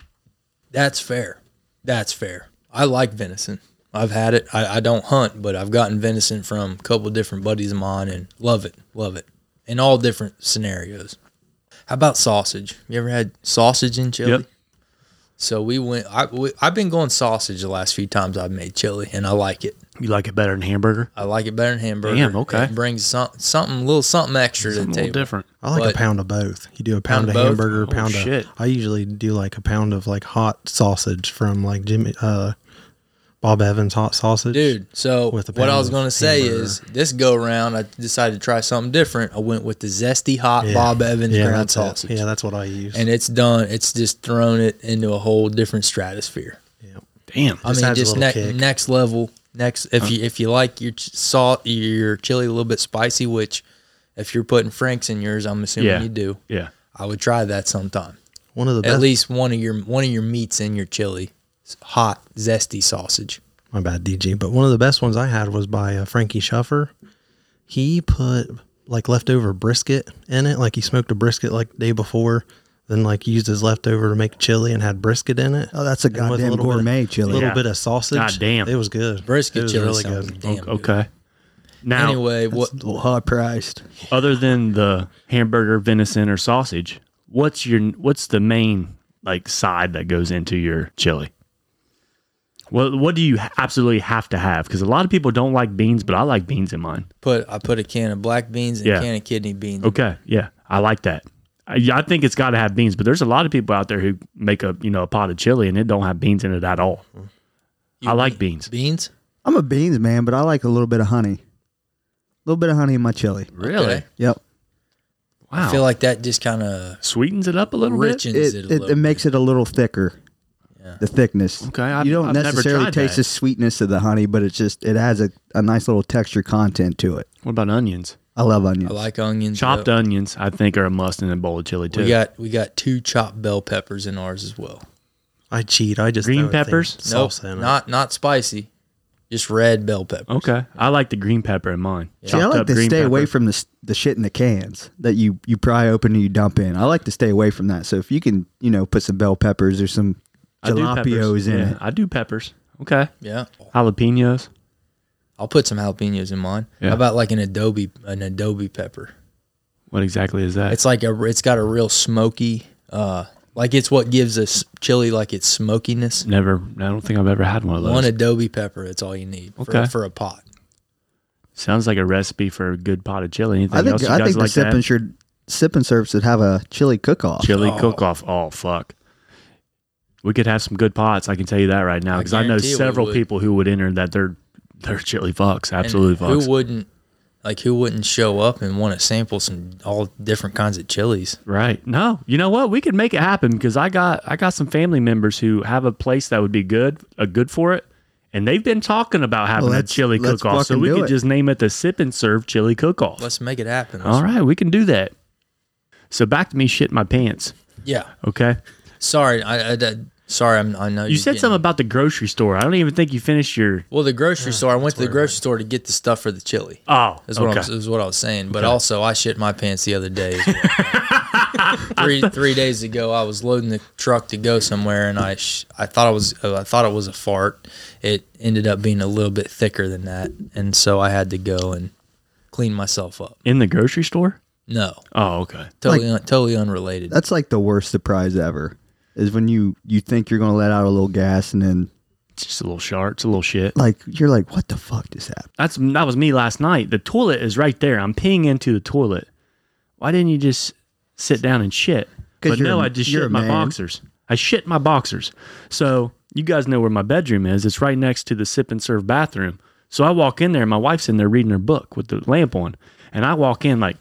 That's fair. That's fair. I like venison. I've had it. I, I don't hunt, but I've gotten venison from a couple different buddies of mine and love it. Love it. In all different scenarios. How about sausage? You ever had sausage in chili?
Yep.
So we went. I we, I've been going sausage the last few times I've made chili, and I like it.
You like it better than hamburger?
I like it better than hamburger.
Damn, okay.
It brings some, something, little something extra
Something a
to the
little
table.
different.
I like
But-
a pound of both. You do a pound,
Pound
of
of both?
hamburger, a
Oh,
pound
shit.
of. I usually do like a pound of like hot sausage from like Jimmy, uh, Bob Evans hot sausage.
Dude, so
With a
what I
pound
was
of
going to say is this go round, I decided to try something different. I went with the zesty hot
Yeah.
Bob Evans ground
that's it.
sausage.
Yeah, that's what I use.
And it's done. It's just thrown it into a whole different stratosphere.
Damn.
I
Just
mean,
adds a
just
little
ne-
kick. Uh-huh.
next level. Next, if you if you like your ch- salt, your chili a little bit spicy, which if you're putting Frank's in yours, I'm assuming
Yeah.
you do.
Yeah.
I would try that sometime.
one of the
At
best.
least one of your one of your meats in your chili, S- hot zesty sausage.
my bad, DG. But one of the best ones I had was by uh, Frankie Shuffer. He put like leftover brisket in it. Like he smoked a brisket like the day before, then like used his leftover to make chili and had brisket in it.
Oh, that's a
And with
goddamn
little bit of-
gourmet
A
chili.
little
Yeah.
bit of sausage.
God damn.
it was good.
Brisket
it was
chili
really
sounds
good.
damn good.
Okay. Now,
Anyway, what
It's a little high priced.
other than the hamburger, venison, or sausage, what's your what's the main like side that goes into your chili? What what do you ha- absolutely have to have? Because a lot of people don't like beans, but I like beans in mine.
put I put a can of black beans and
Yeah.
a can of kidney beans.
Okay, yeah, I like that. I, yeah, I think it's got to have beans, but there's a lot of people out there who make a you know a pot of chili and it don't have beans in it at all.
Mm-hmm.
I like beans.
Beans?
I'm a beans man, but I like a little bit of honey. A little bit of honey in my chili.
Really?
Okay.
Yep.
Wow.
I feel like that just kind of
sweetens it up a little bit.
richens it,
It,
a
it,
little
it, makes it a little thicker. The thickness.
Okay, I've-
you don't
I've never
necessarily
tried
taste
that.
the sweetness of the honey, but it's just it has a, a nice little texture content to it.
What about onions?
I love onions.
I like onions.
Chopped
though.
onions, I think, are a must in a bowl of chili too.
We got we got two chopped bell peppers in ours as well.
I cheat. I just
Green
throw a thing-
peppers?
Nope,
salsa in it.
not not spicy, just red bell pepper.
Okay, I like the green pepper in mine.
See, I
Chopped
like
up
to
green
stay away
pepper.
from the s- the shit in the cans that you you pry open and you dump in. I like to stay away from that. So if you can, you know, put some bell peppers or some
I do peppers.
jalapenos in
Yeah,
it.
I do peppers. Okay,
Yeah,
jalapenos.
I'll put some jalapenos in mine.
Yeah.
How about like an adobe an adobe pepper?
What exactly is that?
It's like a it's got a real smoky, uh, like it's what gives us chili like its smokiness.
Never. I don't think I've ever had one of those.
One adobe pepper, that's all you need
Okay.
for, for a pot.
Sounds like a recipe for a good pot of chili. Anything
I think
else you
I
guys
think the
like
sip
to
and
add?
should sip and serve should have a chili cook off.
Chili cook off. Oh fuck. We could have some good pots. I can tell you that right now
I
because I, know
guarantee we
several
would.
people who would enter that they're they're chili fucks.
And
Absolute fucks.
Who wouldn't like who wouldn't show up and want to sample some all different kinds of chilies?
Right. No. You know what? We could make it happen because I got I got some family members who have a place that would be good a good for it. And they've been talking about having a
let's-
chili
let's
cook off. So
fucking
we
do
could
it.
just name it the sip and serve chili cook off.
Let's make it happen.
All right, we can do that. So back to me shitting my pants.
Yeah.
Okay.
Sorry, I, I, I- sorry. I'm, I know
You said something about the grocery store. I don't even think you finished your
Well, the grocery store. I went to the grocery store to get the stuff for the chili.
Oh.
Is what,
okay.
I was, is what I was saying. But also, I shit my pants the other day. as well. three three days ago, I was loading the truck to go somewhere, and I sh- I thought it was uh, I thought it was a fart. It ended up being a little bit thicker than that, and so I had to go and clean myself up.
In the grocery store?
No,
Oh, okay.
totally un- totally unrelated.
That's like the worst surprise ever. Is when you you think you're going to let out a little gas and then
It's just a little sharp. It's a little shit.
like you're like what the fuck just happened?
That's that was me last night. The toilet is right there. I'm peeing into the toilet. Why didn't you just sit down and shit?
'Cause
But
you're
no,
a-
I just
you're
shit
a
my
man.
boxers. I shit my boxers. So you guys know where my bedroom is. It's right next to the sip and serve bathroom. So I walk in there. and My wife's in there reading her book with the lamp on, and I walk in like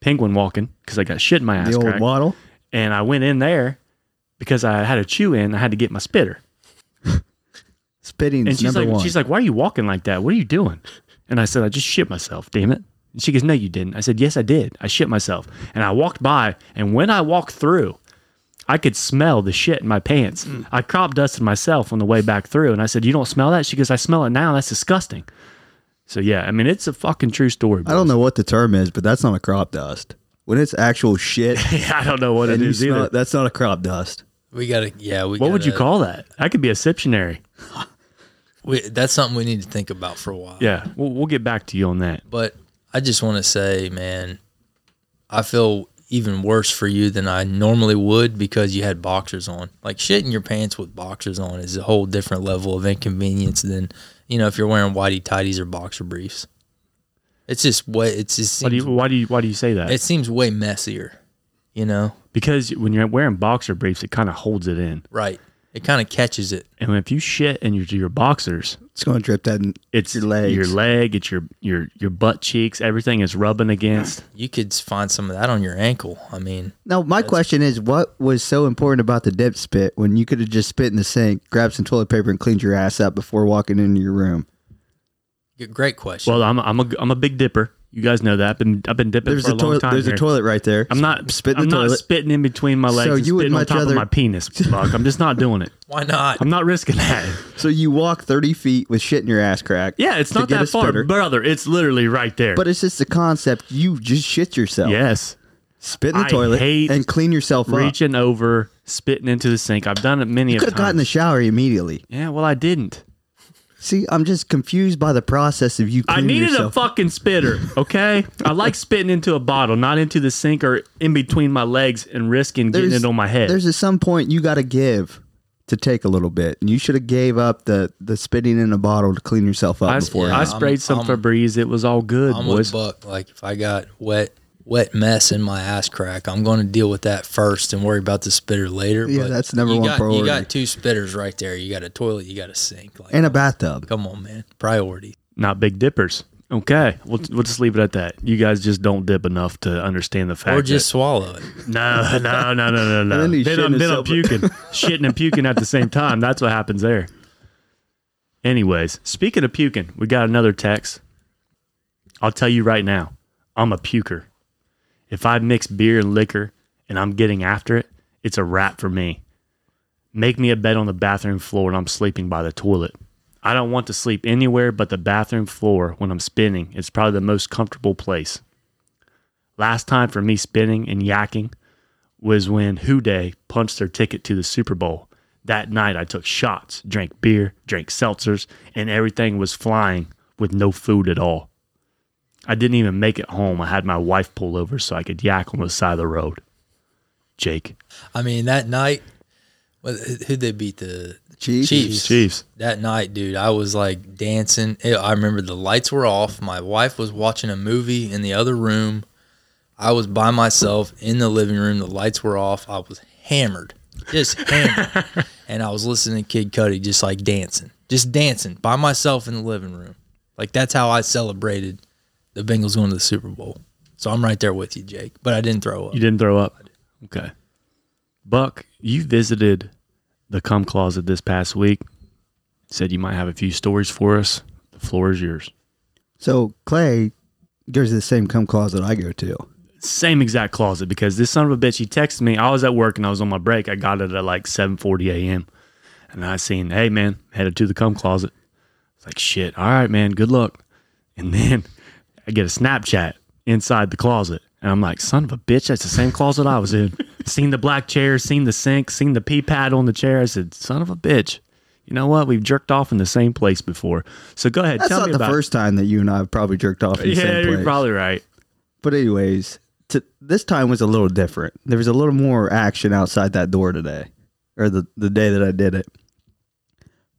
penguin walking because I got shit in my ass
The old
crack.
waddle.
And I went in there because I had a chew in. I had to get my spitter.
Spitting
And she's
number
like,
one.
she's like, why are you walking like that? What are you doing? And I said, I just shit myself. Damn it. And she goes, no, you didn't. I said, yes, I did. I shit myself. And I walked by, and when I walked through, I could smell the shit in my pants.
Mm.
I crop dusted myself on the way back through, and I said, you don't smell that? She goes, I smell it now. That's disgusting. So yeah, I mean, it's a fucking true story.
I don't know what the term is, but that's not a crop dust. When it's actual shit
I don't know what
and
it
you
is either.
smell it, that's not a crop dust.
we gotta yeah. We
what would you
gotta-
call that? That could be a siptionary.
We, that's something we need to think about for a while.
Yeah, we'll, we'll get back to you on that.
But I just want to say, man, I feel even worse for you than I normally would because you had boxers on. Like shitting your pants with boxers on is a whole different level of inconvenience than you know if you're wearing whitey tighties or boxer briefs. It's just what it's just
Why do
seems,
you why do you why do you say that?
it seems way messier, you know.
because when you're wearing boxer briefs, it kind of holds it in,
Right. It kind of catches it.
and if you shit and you your boxers,
It's going to drip that. In.
it's
Your legs.
your leg, it's your your your butt cheeks, everything is rubbing against.
You could find some of that on your ankle. I mean,
Now, my question is, what was so important about the dip spit when you could have just spit in the sink, grabbed some toilet paper, and cleaned your ass up before walking into your room?
g- great question.
Well, I'm I'm a I'm a big dipper. You guys know that. I've been I've been dipping
There's
for
a
a, long
toilet.
time.
There's
here.
a toilet right there.
I'm not
Spit in the
I'm not
toilet.
spitting in between my legs.
So
and
you would
spitting on
much
top
rather-
of my penis. Fuck, I'm just not doing it.
Why not?
I'm not risking that.
So you walk 30 feet with shit in your ass crack.
Yeah, it's
to
not
get a
that far,
spitter.
brother. It's literally right there.
But it's just the concept. You just shit yourself.
yes,
Spit in the
I
toilet
hate
and clean yourself up.
reaching over, spitting into the sink. I've done it many
You
of
could have
times.
gotten in the shower immediately.
yeah, well, I didn't.
See, I'm just confused by the process of you
I
cleaning
needed
yourself.
a fucking spitter, okay? I like spitting into a bottle, not into the sink or in between my legs and risking getting
There's-
it on my head.
There's at some point you got to give to take a little bit, and you should have gave up the the spitting in a bottle to clean yourself up
I,
before.
I
I'm-
sprayed some
I'm-
Febreze. It was all good,
I'm
boys.
with Buck. Like if I got wet wet mess in my ass crack, I'm going to deal with that first and worry about the spitter later.
Yeah, that's number
you
one
got,
priority.
You got two spitters right there. You got a toilet. You got a sink. Like,
and a bathtub.
come on, man, priority.
Not big dippers. Okay, we'll, we'll just leave it at that. You guys just don't dip enough to understand the fact.
Or just swallow it.
that, no, no, no, no, no, no.
And then he's
Then I'm,
shitting
then I'm
himself.
puking, shitting and puking at the same time. That's what happens there. Anyways, speaking of puking, we got another text. I'll tell you right now, I'm a puker. If I mix beer and liquor and I'm getting after it, it's a wrap for me. Make me a bed on the bathroom floor and I'm sleeping by the toilet. I don't want to sleep anywhere but the bathroom floor when I'm spinning. It's probably the most comfortable place. Last time for me spinning and yakking was when Who Day punched their ticket to the Super Bowl. That night I took shots, drank beer, drank seltzers, and everything was flying with no food at all. I didn't even make it home. I had my wife pull over so I could yak on the side of the road. Jake.
I mean, that night, what- who'd they beat? The
Chiefs.
Chiefs.
Chiefs.
that night, dude, I was like dancing. It- I remember the lights were off. My wife was watching a movie in the other room. I was by myself in the living room. The lights were off. I was hammered, just hammered. and I was listening to Kid Cudi just like dancing, just dancing by myself in the living room. Like that's how I celebrated the Bengals going to the Super Bowl. So I'm right there with you, Jake. But I didn't throw up.
You didn't throw up. Okay. Buck, you visited the cum closet this past week. Said you might have a few stories for us. The floor is yours.
So Clay goes to the same cum closet I go to.
Same exact closet because this son of a bitch he texted me. I was at work and I was on my break. I got it at like 7:40 a.m. and I seen, hey man, headed to the cum closet. It's like shit. All right, man. Good luck. And then I get a Snapchat inside the closet, and I'm like, son of a bitch, that's the same closet I was in. seen the black chair, seen the sink, seen the pee pad on the chair. I said, son of a bitch. You know what? We've jerked off in the same place before. So go ahead,
That's
tell
not
me
the
about.
first time that you and I have probably jerked off in the
yeah,
same place.
you're probably right.
But anyways, to, this time was a little different. There was a little more action outside that door today, or the the day that I did it.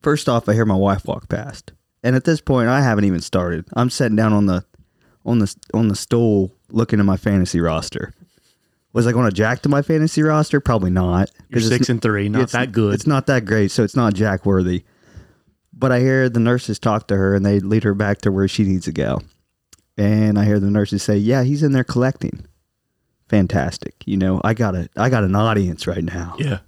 First off, I hear my wife walk past, and at this point, I haven't even started. I'm sitting down on the on the on the stool, looking at my fantasy roster. Was I going to jack to my fantasy roster? Probably not.
You're
'cause it's
six and three, not
it's-
that good.
It's not that great, so it's not Jack worthy. But I hear the nurses talk to her and they lead her back to where she needs to go. And I hear the nurses say, "Yeah, he's in there collecting." Fantastic. You know, I got a I got an audience right now.
Yeah.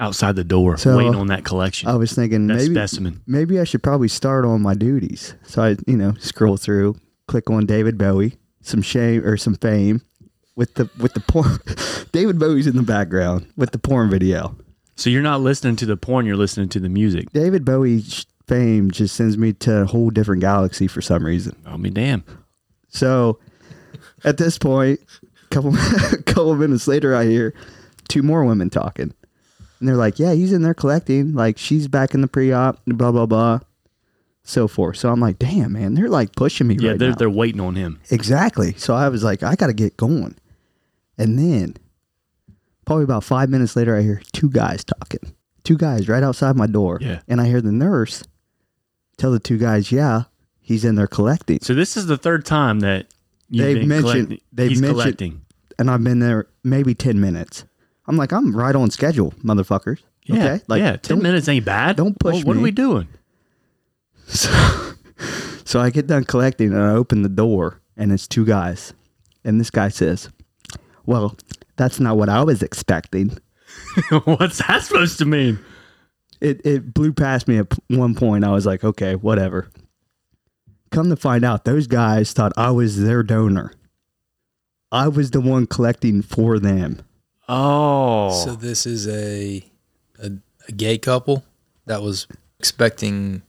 Outside the door,
So-
waiting on that collection.
I was thinking
that
maybe
specimen.
maybe I should probably start on my duties. So I, you know, scroll through, click on David Bowie, some shame or some fame with the with the porn David Bowie's in the background with the porn video.
So you're not listening to the porn, you're listening to the music.
David Bowie's fame just sends me to a whole different galaxy for some reason.
I mean, damn.
So at this point, couple couple minutes later, I hear two more women talking, and they're like, "Yeah, he's in there collecting. Like she's back in the pre-op, blah blah blah, so forth." So I'm like, "Damn, man, they're like pushing me
Yeah,
right
they're
now."
they're waiting on him.
Exactly. So I was like, I got to get going. And then probably about five minutes later, I hear two guys talking. Two guys right outside my door.
Yeah.
And I hear the nurse tell the two guys, yeah, he's in there collecting.
So this is the third time that you've
They've
been
mentioned-
collecting-
they've
he's
mentioned-
collecting.
And I've been there maybe 10 minutes. I'm like, I'm right on schedule, motherfuckers.
Yeah,
okay. Like,
yeah. Ten
don't-
minutes ain't bad.
don't push
What, what are
me.
we doing?
So, so I get done collecting and I open the door and it's two guys. And this guy says, Well, that's not what I was expecting.
What's that supposed to mean?
It, it blew past me at p- one point. I was like, Okay, whatever. Come to find out, those guys thought I was their donor. I was the one collecting for them.
Oh,
So this is a, a a gay couple that was expecting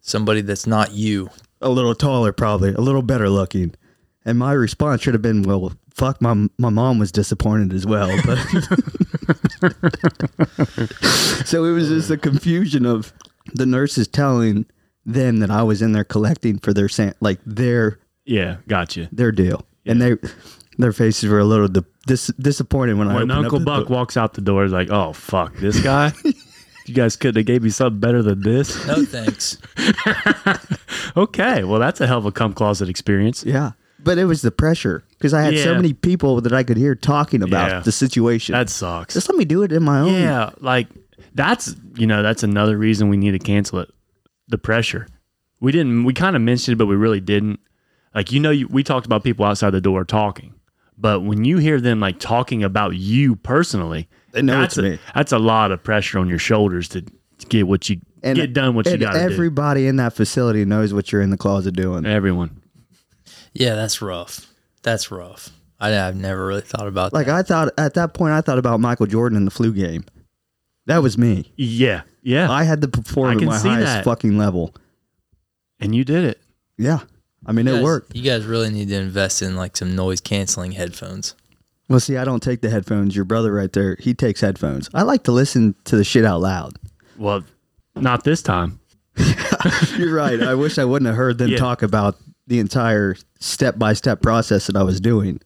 somebody that's not you.
A little taller, probably, a little better looking. And my response should have been, Well, fuck, my, my mom was disappointed as well. But. So it was just a confusion of the nurses telling them that I was in there collecting for their san- like their
yeah, gotcha.
their deal, and they their faces were a little di- dis- disappointed when, I
When
opened
Uncle
up the
Buck
book.
walks out the door, he's like, "Oh fuck, this guy." You guys could have gave me something better than this.
No thanks.
Okay, well that's a hell of a come closet experience.
yeah, but it was the pressure because I had so
Yeah.
many people that I could hear talking about
Yeah.
the situation.
That sucks.
just let me do it in my own.
Yeah, like that's you know that's another reason we need to cancel it. The pressure. We didn't. We kind of mentioned it, but we really didn't. Like you know, you, we talked about people outside the door talking, but when you hear them like talking about you personally,
They know
that's
it's
a,
me.
That's a lot of pressure on your shoulders to, to get what you
And-
get done. What you
and
got to
everybody in that facility knows what you're in the closet doing.
do. Everyone.
Yeah, that's rough. That's rough. I, have never really thought about
Like
that.
I thought at that point, I thought about Michael Jordan in the flu game. That was me.
Yeah, yeah,
I had to
I
perform at
can
my
see
highest
that.
fucking level.
and you did it.
Yeah. I mean,
You
it
guys-
worked.
You guys really need to invest in like some noise canceling headphones.
Well, see, I don't take the headphones. Your brother right there, he takes headphones. I like to listen to the shit out loud.
Well, not this time.
You're right. I wish I wouldn't have heard them
Yeah.
talk about the entire step by step process that I was doing.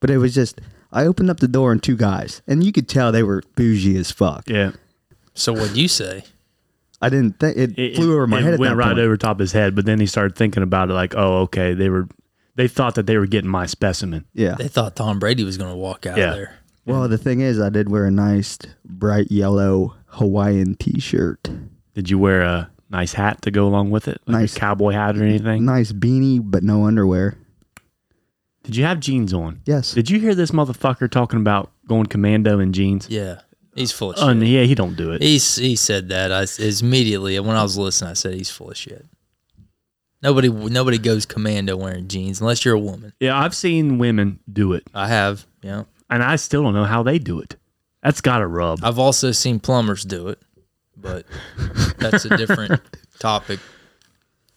But it was just, I opened up the door and two guys, and you could tell they were bougie as fuck.
Yeah,
So what do you say?
I didn't think it,
it
flew over my
it
head. At
went
that
right
point.
over top of his head, but then he started thinking about it like, oh, okay, they were they thought that they were getting my specimen.
Yeah.
They thought Tom Brady was going to walk out
Yeah.
of there.
Well, the thing is, I did wear a nice bright yellow Hawaiian t shirt,
Did you wear a nice hat to go along with it? Like
Nice.
a cowboy hat or anything?
nice beanie, but no underwear.
Did you have jeans on?
Yes.
Did you hear this motherfucker talking about going commando in jeans?
Yeah, he's full of shit.
Oh, and yeah, he don't do it.
He's, he said that. I is immediately when I was listening, I said he's full of shit. Nobody nobody goes commando wearing jeans unless you're a woman.
Yeah, I've seen women do it,
I have, you know.
and I still don't know how they do it. That's got to rub.
I've also seen plumbers do it, but that's a different topic.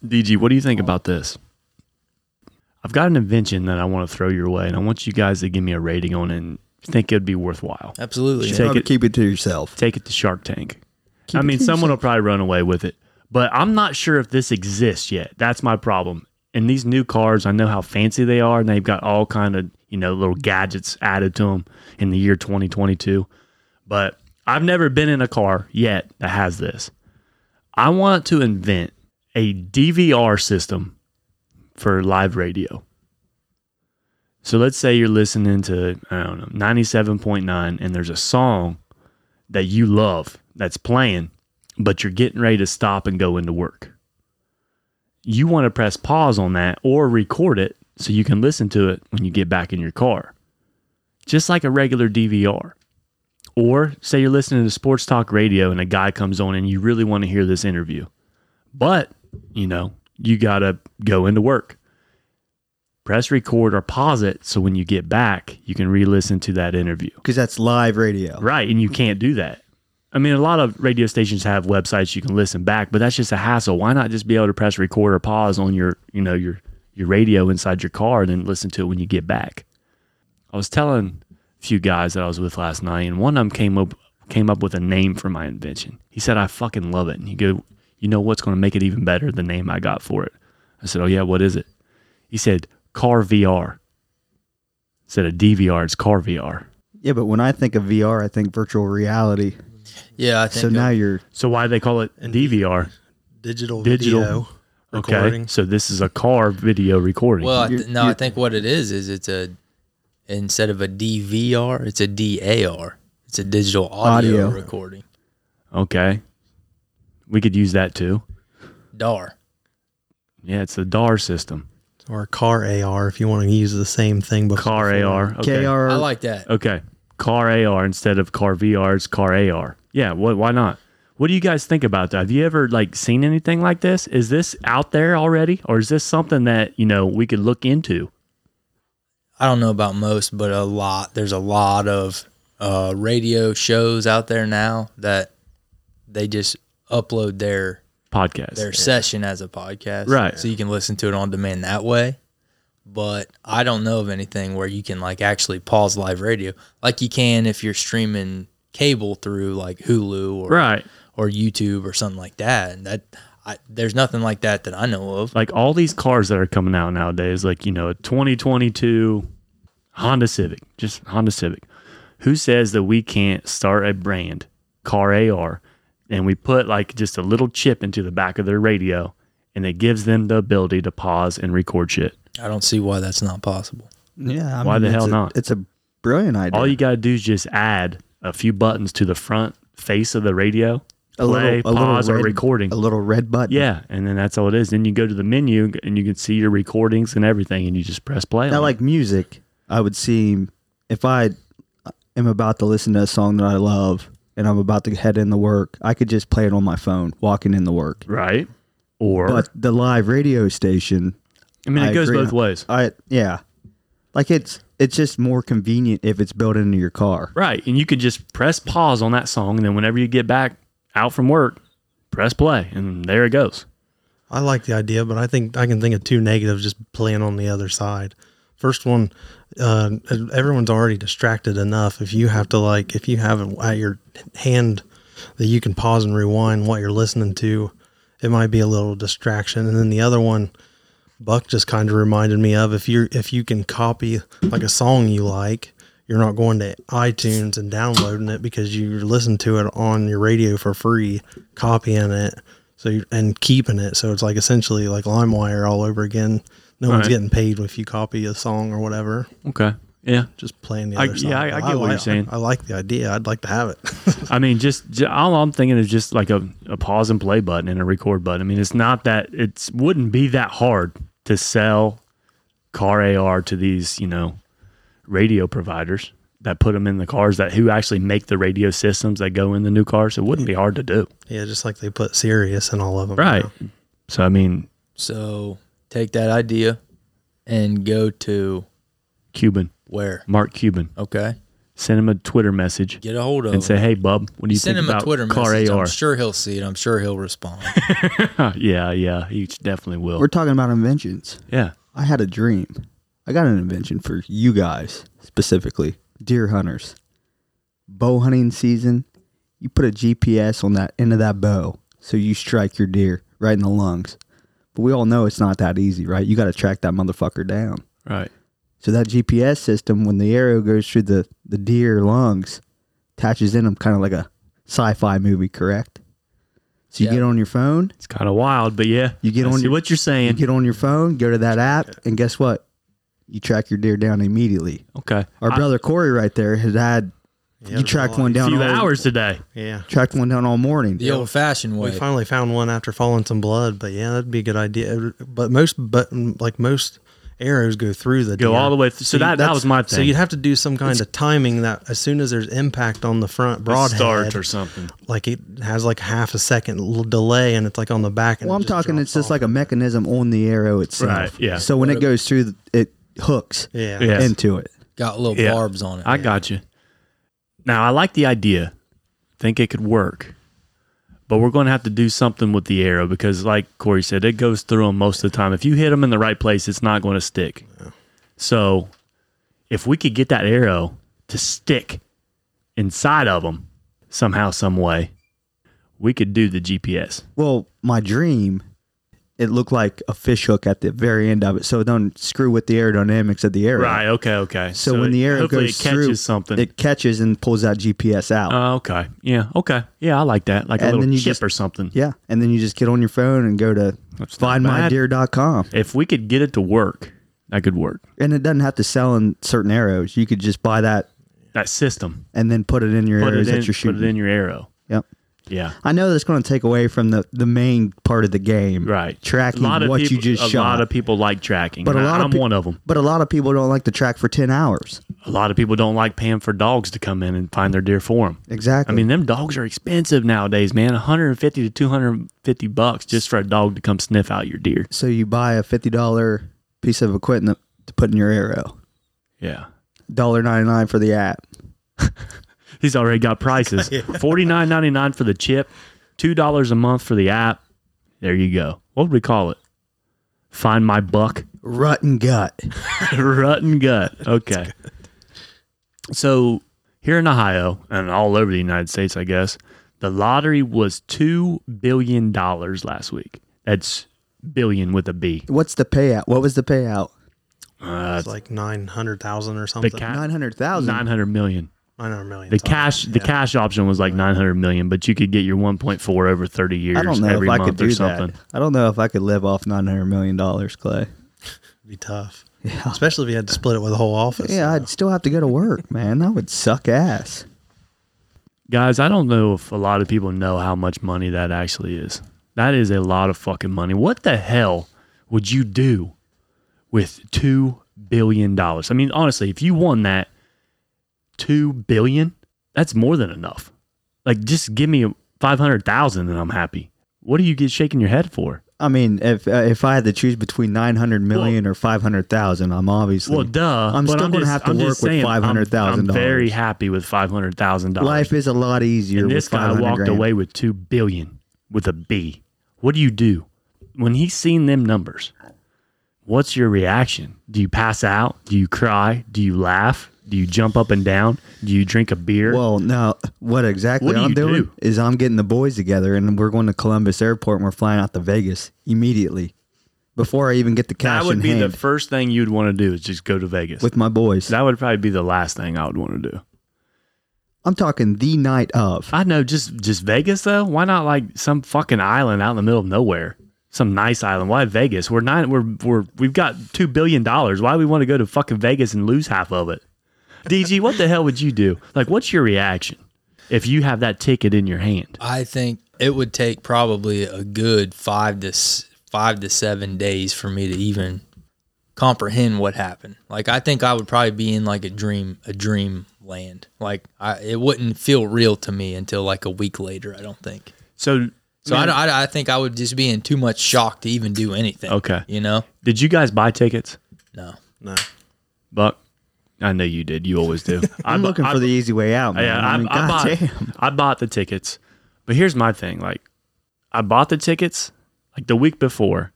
DG, what do you think about this? I've got an invention that I want to throw your way, and I want you guys to give me a rating on it and think it'd be worthwhile.
Absolutely.
Take
Probably
it-
keep it to yourself.
Take it to Shark Tank. I mean, someone will probably run away with it, but I'm not sure if this exists yet. That's my problem. And these new cars, I know how fancy they are, and they've got all kind of you know little gadgets added to them in the year 2022. But I've never been in a car yet that has this. I want to invent a DVR system for live radio. So let's say you're listening to I don't know 97.9, and there's a song that you love that's playing, but you're getting ready to stop and go into work. You want to press pause on that or record it so you can listen to it when you get back in your car, just like a regular DVR. Or say you're listening to sports talk radio and a guy comes on and you really want to hear this interview, but you know, you got to go into work. Press record or pause it so when you get back, you can re listen to that interview.
Because that's live radio.
Right. And you can't do that. I mean, a lot of radio stations have websites you can listen back, but that's just a hassle. Why not just be able to press record or pause on your, you know, your your radio inside your car and then listen to it when you get back? I was telling a few guys that I was with last night, and one of them came up came up with a name for my invention. He said, "I fucking love it." And he go, "You know what's going to make it even better? The name I got for it." I said, "Oh yeah, what is it?" He said, "Car VR." instead of DVR, it's car VR.
Yeah, but when I think of VR, I think virtual reality.
Yeah, I think
So
of-
now you're
So why do they call it DVR?
Digital,
Digital.
video
Okay,
recording.
so this is a car video recording.
Well, I
You're-
th- no, I think what it is is it's a instead of a DVR, it's a DAR. It's a digital audio,
Audio.
recording.
okay, we could use that too.
DAR.
Yeah, it's the DAR system,
Or car AR if you want to use the same thing. But
car AR. Okay.
KR.
I like that.
Okay. Car AR instead of car VR, it's car AR. Yeah, what why not? What do you guys think about that? Have you ever like seen anything like this? Is this out there already or is this something that, you know, we could look into?
I don't know about most, but a lot. There's a lot of uh, radio shows out there now that they just upload their
Podcast.
their session as a podcast,
Right.
So you can listen to it on demand that way. But I don't know of anything where you can like actually pause live radio, like you can if you're streaming cable through like Hulu or
Right.
or YouTube or something like that. And that I, there's nothing like that that I know of.
Like all these cars that are coming out nowadays, like, you know, a 2022 Honda Civic, just Honda Civic. Who says that we can't start a brand, Car AR, and we put like just a little chip into the back of their radio and it gives them the ability to pause and record shit?
I don't see why that's not possible.
yeah. I
Why the
it's
hell
a-
not?
It's a brilliant idea.
All you gotta do is just add a few buttons to the front face of the radio,
a
play, pause, or
red-
recording.
A little red button.
yeah, and then that's all it is. Then you go to the menu and you can see your recordings and everything, and you just press play.
Now,
on it.
like music, I would see if I am about to listen to a song that I love and I'm about to head in the work, I could just play it on my phone walking in the work.
right, or
But the live radio station,
I mean, it
I
goes
agree.
both ways.
I yeah, like it's it's just more convenient if it's built into your car.
Right, and you could just press pause on that song, and then whenever you get back out from work, press play, and there it goes.
I like the idea, but I think I can think of two negatives just playing on the other side. First one, uh, everyone's already distracted enough. If you have to like, if you have it at your hand that you can pause and rewind what you're listening to, it might be a little distraction. And then the other one, Buck just kind of reminded me of if you if you can copy like a song you like, you're not going to iTunes and downloading it because you listen to it on your radio for free, copying it so you, and keeping it. So it's like essentially like LimeWire all over again. No one's
Right.
getting paid if you copy a song or whatever.
Okay, yeah.
Just playing the
I-
other side.
yeah, I- I
But
get what
like-
you're saying.
I, like the idea. I'd like to have it.
I mean, just, ju- all I'm thinking is just like a, a pause and play button and a record button. I mean, it's not that it wouldn't be that hard to sell car AR to these, you know, radio providers that put them in the cars that who actually make the radio systems that go in the new cars. It wouldn't be hard to do,
yeah, just like they put Sirius in all of them.
right? So I mean,
So take that idea and go to
Cuban,
where?
Mark Cuban,
Okay,
send him a Twitter message
get a hold of
and say,
him.
"Hey, bub, what do you
Oh. Send
think
him a
about
Twitter
car
message.
AR?"
I'm sure he'll see it. I'm sure he'll respond.
yeah, yeah, he definitely will.
We're talking about inventions.
yeah,
I had a dream. I got an invention for you guys specifically, deer hunters. Bow hunting season, you put a GPS on that end of that bow so you strike your deer right in the lungs. But we all know it's not that easy, right? You got to track that motherfucker down.
right.
So that GPS system, when the arrow goes through the, the deer lungs, attaches in them kind of like a sci-fi movie, correct? So you
Yeah.
get on your phone,
It's kind of wild, but yeah,
You get
I
on
see
your-
what you're saying.
you get on your phone, go to that app, and guess what? You track your deer down immediately.
okay,
Our
I-
brother Corey right there has had
Yeah,
you tracked one down
few
all,
hours today.
Yeah.
tracked one down all morning.
the old-fashioned
We
way.
finally found one after falling some blood, but yeah, that'd be a good idea. But most, but like most arrows go through the
Go all the way through. So
you-
that- that
that's-
was my
So
thing.
you'd have to do some kind of timing that as soon as there's impact on the front broadhead,
start or something.
like it has like half a second l- delay, and it's like on the back. And
Well,
it
I'm
just
talking.
drops
It's just
off.
like a mechanism on the arrow itself.
Right, yeah.
So when it goes through, th- it hooks
yeah,
Yeah. Yes.
into it.
Got little
Yeah.
barbs on it.
I got you. Now I like the idea. Think it could work, but we're going to have to do something with the arrow because, like Corey said, it goes through them most of the time. If you hit them in the right place, it's not going to stick. So, if we could get that arrow to stick inside of them somehow, some way, we could do the GPS.
Well, my dream it looked like a fish hook at the very end of it, so it don't screw with the aerodynamics of the arrow.
Right. Okay. Okay.
So, when the
it-
arrow
hopefully
goes
it catches
through,
something.
it catches and pulls that GPS out.
Uh, okay. Yeah. Okay. Yeah. I like that. Like a
And
little
then you
chip
just-
or something.
yeah, and then you just get on your phone and go to
That's not bad.
findmydeer.com,
If we could get it to work, that could work.
and it doesn't have to sell in certain arrows. You could just buy that
That system.
and then put it in your
Put
arrows
it, in,
that you're
put
shooting.
it in your arrow.
Yep.
Yeah.
I know that's going to take away from the the main part of the game,
Right.
Tracking what
people,
you just
a
shot.
lot of people like tracking.
But
But
a lot of
I'm
peo-
one of them.
but a lot of people don't like to track for ten hours.
A lot of people don't like paying for dogs to come in and find their deer for them. I
Exactly.
mean, them dogs are expensive nowadays, man. 150 to 250 bucks just for a dog to come sniff out your deer.
so you buy a fifty dollar piece of equipment to put in your arrow.
Yeah.
Dollar ninety nine for the app.
He's already got prices. Forty nine ninety nine for the chip, two dollars a month for the app. There you go. What would we call it? Find my buck,
Rut and gut.
rut and gut. Okay. So here in Ohio and all over the United States, I guess the lottery was two billion dollars last week. That's billion with a B.
What's the payout? What was the payout?
Uh,
It's like nine hundred thousand or
the
something.
ca-
Nine hundred thousand. Oh,
nine hundred million.
Nine hundred million.
The
sorry.
cash, the cash option was like nine hundred million, but you could get your one point four over thirty years
I don't know
every
if I
month
could do
or
that.
something.
I don't know if I could live off nine hundred million dollars, Clay.
It'd be tough. Especially if you had to split it with the whole office.
Yeah, I'd still have to go to work, man. That would suck ass.
Guys, I don't know if a lot of people know how much money that actually is. That is a lot of fucking money. What the hell would you do with two billion dollars? I mean, honestly, if you won that two billion, that's more than enough. Like, just give me five hundred thousand and I'm happy. What do you get shaking your head for?
I mean, if uh, if I had to choose between nine hundred million or five hundred thousand, I'm obviously
Well, duh.
I'm
but
still gonna
just-
have to
I'm just
work with
saying, I'm-
$500,000.
I'm very happy with five hundred thousand dollars.
life is a lot easier.
And
with
this guy
500
walked
grand.
away with two billion with a B. What do you do when he's seen them numbers? What's your reaction? Do you pass out? Do you cry? Do you laugh? Do you jump up and down? Do you drink a beer?
Well, now what exactly
What do
I'm
you
doing
do?
is I'm getting the boys together and we're going to Columbus Airport and we're flying out to Vegas immediately before I even get the cash
that would
in
be
hand
the first thing you'd want to do is just go to Vegas.
with my boys.
that would probably be the last thing I would want to do.
I'm talking the night of.
I know, just just Vegas though. Why not like some fucking island out in the middle of nowhere? Some nice island. Why Vegas? We're not. We're we're we've got two billion dollars. Why we want to go to fucking Vegas and lose half of it? DG, what the hell would you do? Like, what's your reaction if you have that ticket in your hand?
I think it would take probably a good five to s- five to seven days for me to even comprehend what happened. Like I think I would probably be in like a dream a dream land. Like I, it wouldn't feel real to me until like a week later. I don't think.
So,
So I, don't- I, I think I would just be in too much shock to even do anything.
Okay.
You know?
did you guys buy tickets,
No.
No.
Buck? I know you did. You always do.
I'm
bu-
looking for the easy way out, Oh, man.
Yeah,
I,
I,
mean,
I bought.
goddamn.
I bought the tickets, but here's my thing: like, I bought the tickets like the week before.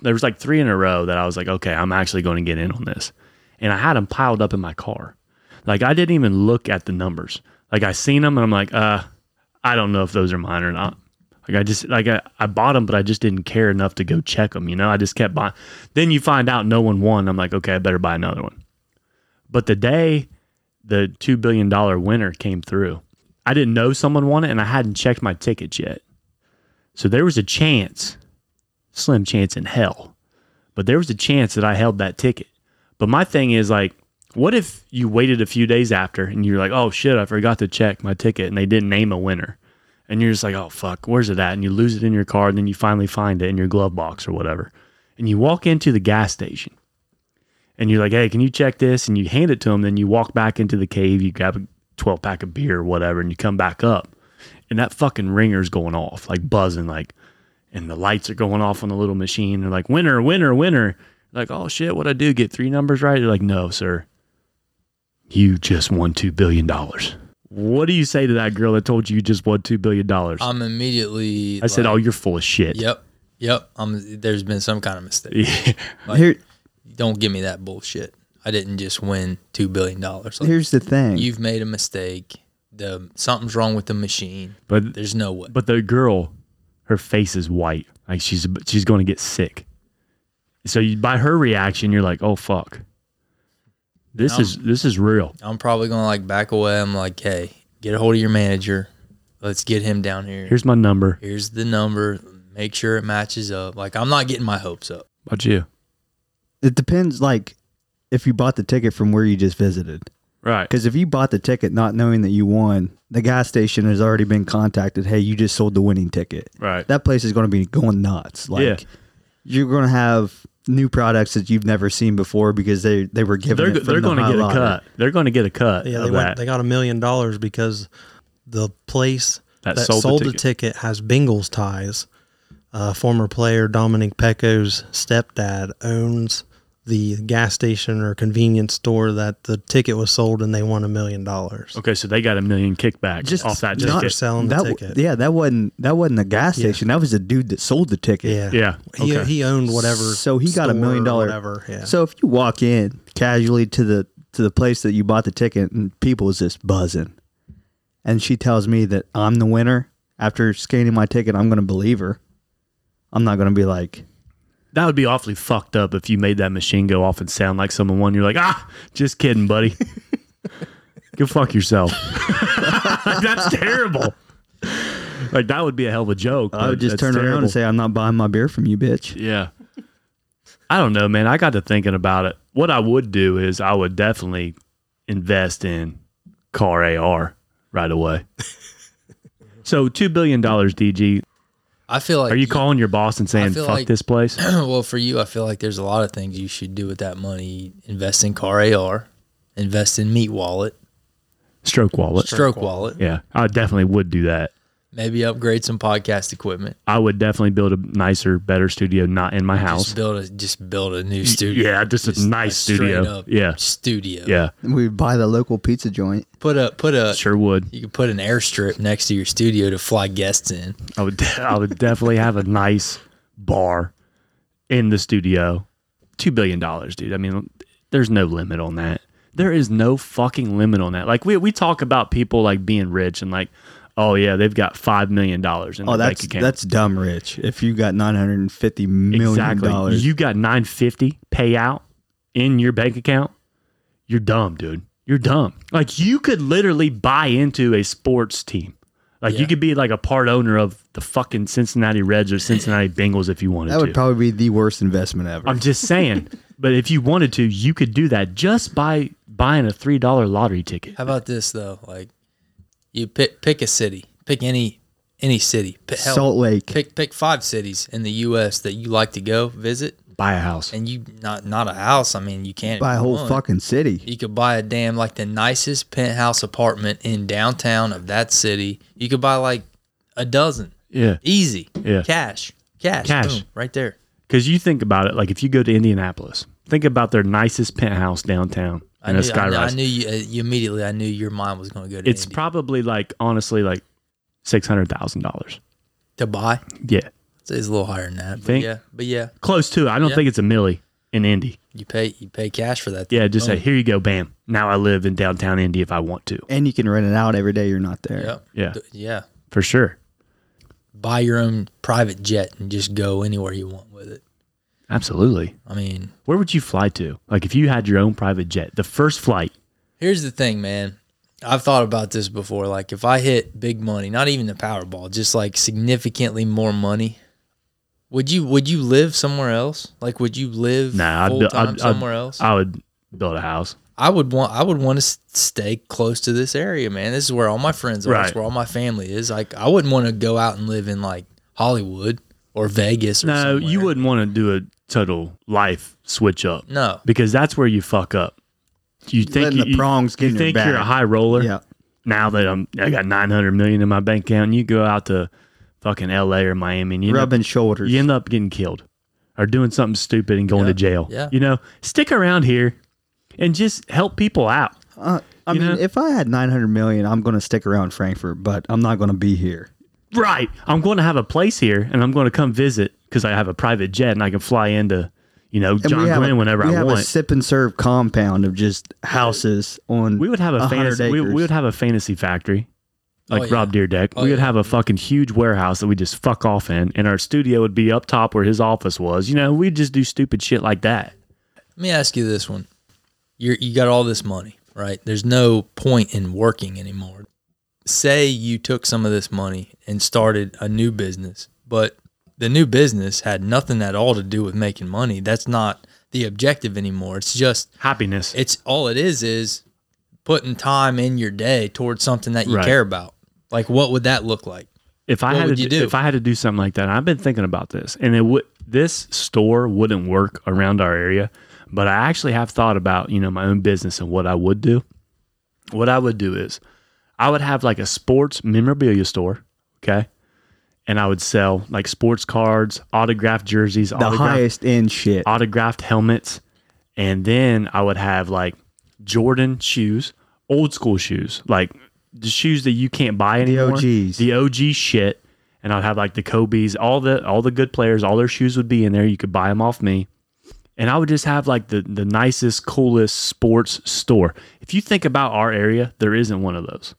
There was like three in a row that I was like, okay, I'm actually going to get in on this, and I had them piled up in my car. Like I didn't even look at the numbers. Like I seen them, and I'm like, uh, I don't know if those are mine or not. Like I just like I, I bought them, but I just didn't care enough to go check them. You know, I just kept buying. Then you find out no one won. I'm like, okay, I better buy another one. But the day the two billion dollar winner came through. I didn't know someone won it, and I hadn't checked my tickets yet. So there was a chance, slim chance in hell, but there was a chance that I held that ticket. But my thing is like, what if you waited a few days after and you're like, oh shit, I forgot to check my ticket, and they didn't name a winner, and you're just like, oh fuck, where's it at? And you lose it in your car, and then you finally find it in your glove box or whatever, and you walk into the gas station and you're like, hey, can you check this? And you hand it to them. Then you walk back into the cave, you grab a 12 pack of beer or whatever, and you come back up. And that fucking ringer's going off, like buzzing, like, and the lights are going off on the little machine. They're like, winner, winner, winner. Like, oh shit, what'd I do? Get three numbers right? They're like, no, sir. You just won $2 billion. What do you say to that girl that told you you just won $2 billion? I
I'm immediately
said, oh, you're full of shit.
Yep. Yep. I'm there's been some kind of mistake.
Yeah.
Here,
Don't give me that bullshit. I didn't just win two billion dollars. Like,
here's the thing.
you've made a mistake. The something's wrong with the machine.
but
There's no way.
But the girl her face is white. Like she's she's going to get sick. So you, by her reaction, you're like, oh fuck, this
Um,
is this is real.
I'm probably gonna like back away. I'm like, hey, get a hold of your manager. Let's get him down here. Here's,
Here's my number.
the number. Make sure it matches up. Like I'm not getting my hopes up.
About you,
It depends, like, if you bought the ticket from where you just visited.
right?
Because if you bought the ticket not knowing that you won, the gas station has already been contacted. Hey, you just sold the winning ticket.
Right.
That place is going to be going nuts. Like,
Yeah.
you're going to have new products that you've never seen before because they they were given.
They're
it from
they're
the
going to
high
get a
lottery.
cut. They're going to get a cut
Yeah,
yeah,
they
of
went,
that.
they got a million dollars because the place
That
that,
sold the
sold, the,
ticket.
ticket. has Bengals ties. Uh, former player Dominic Pecco's stepdad owns the gas station or convenience store that the ticket was sold, and they won a million dollars.
okay, so they got a million kickback
Just
off that
Just
ticket.
not-
for selling the
That, w-
ticket.
yeah, that wasn't that wasn't the gas station. That was the dude that sold the ticket.
Yeah.
Yeah,
He,
okay.
he owned whatever.
So he got a
store
million
or
dollar-
Whatever. Yeah.
So if you walk in casually to the to the place that you bought the ticket and people is just buzzing, and she tells me that I'm the winner after scanning my ticket, I'm going to believe her. I'm not going to be like,
That would be awfully fucked up if you made that machine go off and sound like someone won. You're like, ah, just kidding, buddy. Go fuck yourself. Like, that's terrible. Like that would be a hell of a joke.
I would
but
just
that's
turn around
terrible.
and say, I'm not buying my beer from you, bitch.
Yeah. I don't know, man. I got to thinking about it. What I would do is I would definitely invest in car AR right away. so $2 billion, DG.
I feel like
Are you calling your boss and saying,
feel
fuck
like-
this place?
well, for you, I feel like there's a lot of things you should do with that money. Invest in car AR, invest in Meat Wallet,
Stroke wallet.
Stroke Wallet.
Yeah. I definitely would do that.
Maybe upgrade some podcast equipment.
I would definitely build a nicer, better studio, not in my house.
Just build a just build a new studio.
yeah, just a nice
straight
studio.
up
Yeah.
studio.
Yeah,
We buy the local pizza joint.
put a put a
sure would.
you could put an airstrip next to your studio to fly guests in.
I would. De- I would definitely have a nice bar in the studio. Two billion dollars, dude. I mean, there's no limit on that. There is no fucking limit on that. Like we we talk about people like being rich and like, oh yeah, they've got five million dollars in
Oh,
their bank
that's
account.
that's dumb, Rich. If you got 950 million
exactly.
dollars,
You got nine fifty payout in your bank account. You're dumb, dude. You're dumb. Like you could literally buy into a sports team. Like you
Yeah.
could be like a part owner of the fucking Cincinnati Reds or Cincinnati Bengals if you wanted
that
to.
would probably be the worst investment ever.
I'm just saying. but if you wanted to, you could do that just by buying a three dollar lottery ticket.
How about this though? Like you pick pick a city, pick any any city. Pick, hell,
Salt Lake.
Pick pick five cities in the U.S. that you like to go visit,
Buy a house.
and you not not a house. I mean, you can't
buy a
if you
whole
want.
fucking city.
You could buy a damn like the nicest penthouse apartment in downtown of that city. You could buy like a dozen,
Yeah.
easy,
Yeah.
cash, cash,
Cash.
boom, right there.
Because you think about it, like if you go to Indianapolis, think about their nicest penthouse downtown
I
and
knew,
a skyrise.
I knew, I knew you, uh, you immediately. I knew your mind was going to go to
it's
Indy.
probably like honestly like six hundred thousand dollars.
to buy.
Yeah,
It's, it's a little higher than that. But
Think?
yeah, but yeah,
close to. it. I don't
Yeah.
think it's a milli in Indy.
you pay you pay cash for that.
Yeah, just
Boom.
say here you go, bam. Now I live in downtown Indy if I want to.
and you can rent it out every day you're not there.
Yep.
Yeah,
D- yeah.
for sure,
Buy your own private jet and just go anywhere you want with it.
absolutely.
I mean,
Where would you fly to? Like if you had your own private jet, the first flight.
here's the thing, man. I've thought about this before. Like, if I hit big money, not even the Powerball, just like significantly more money, would you would you live somewhere else? Like, would you live
Nah, I'd
full
bu-
time
I'd- I'd-
somewhere else?
I would build a house.
I would want I would want to stay close to this area, man. This is where all my friends are. It's
Right.
where all my family is. Like I wouldn't want to go out and live in like Hollywood or Vegas or
No,
somewhere.
you wouldn't want to do a total life switch up
No.
because that's where you fuck up. You think
Letting
you,
the prongs get
you
in your
think you're a
back.
high roller.
Yeah.
now that I'm I got 900 million in my bank account, and you go out to fucking LA or Miami and you, end up,
Rubbing shoulders.
you end up getting killed or doing something stupid and going to jail.
yeah.
You know, stick around here and just help people out.
Uh, I
You
mean,
know?
if I had 900 million, I'm going to stick around Frankfurt, but I'm not going to be here.
Right. I'm going to have a place here and I'm going to come visit because I have a private jet and I can fly into, you know,
And
John Glenn whenever
we
I
have
want.
a sip and serve compound of just houses on.
we would have a
100
fantasy we, we
acres.
would have a fantasy factory like
Oh, yeah.
Rob Deerdeck. we would
yeah.
have a fucking huge warehouse that we just fuck off in, and our studio would be up top where his office was. You know, we'd just do stupid shit like that.
Let me ask you this one. You're, you got all this money, right? There's no point in working anymore. Say you took some of this money and started a new business, but the new business had nothing at all to do with making money. That's not the objective anymore. It's just,
Happiness.
it's all it is is putting time in your day towards something that you
Right.
care about. Like, what would that look like?
if I
What
had
would
to,
you
do?
do?
if I had to do something like that, I've been thinking about this, and it would this store wouldn't work around our area, but I actually have thought about you know my own business and what I would do. What I would do is, I would have like a sports memorabilia store, okay, and I would sell like sports cards, autographed jerseys,
The
autographed
highest end shit.
autographed helmets, and then I would have like Jordan shoes, old school shoes, like the shoes that you can't buy anymore,
OGs.
the OG shit. And I'd have like the Kobe's, all the all the good players, all their shoes would be in there. You could buy them off me, and I would just have like the the nicest, coolest sports store. If you think about our area, there isn't one of those.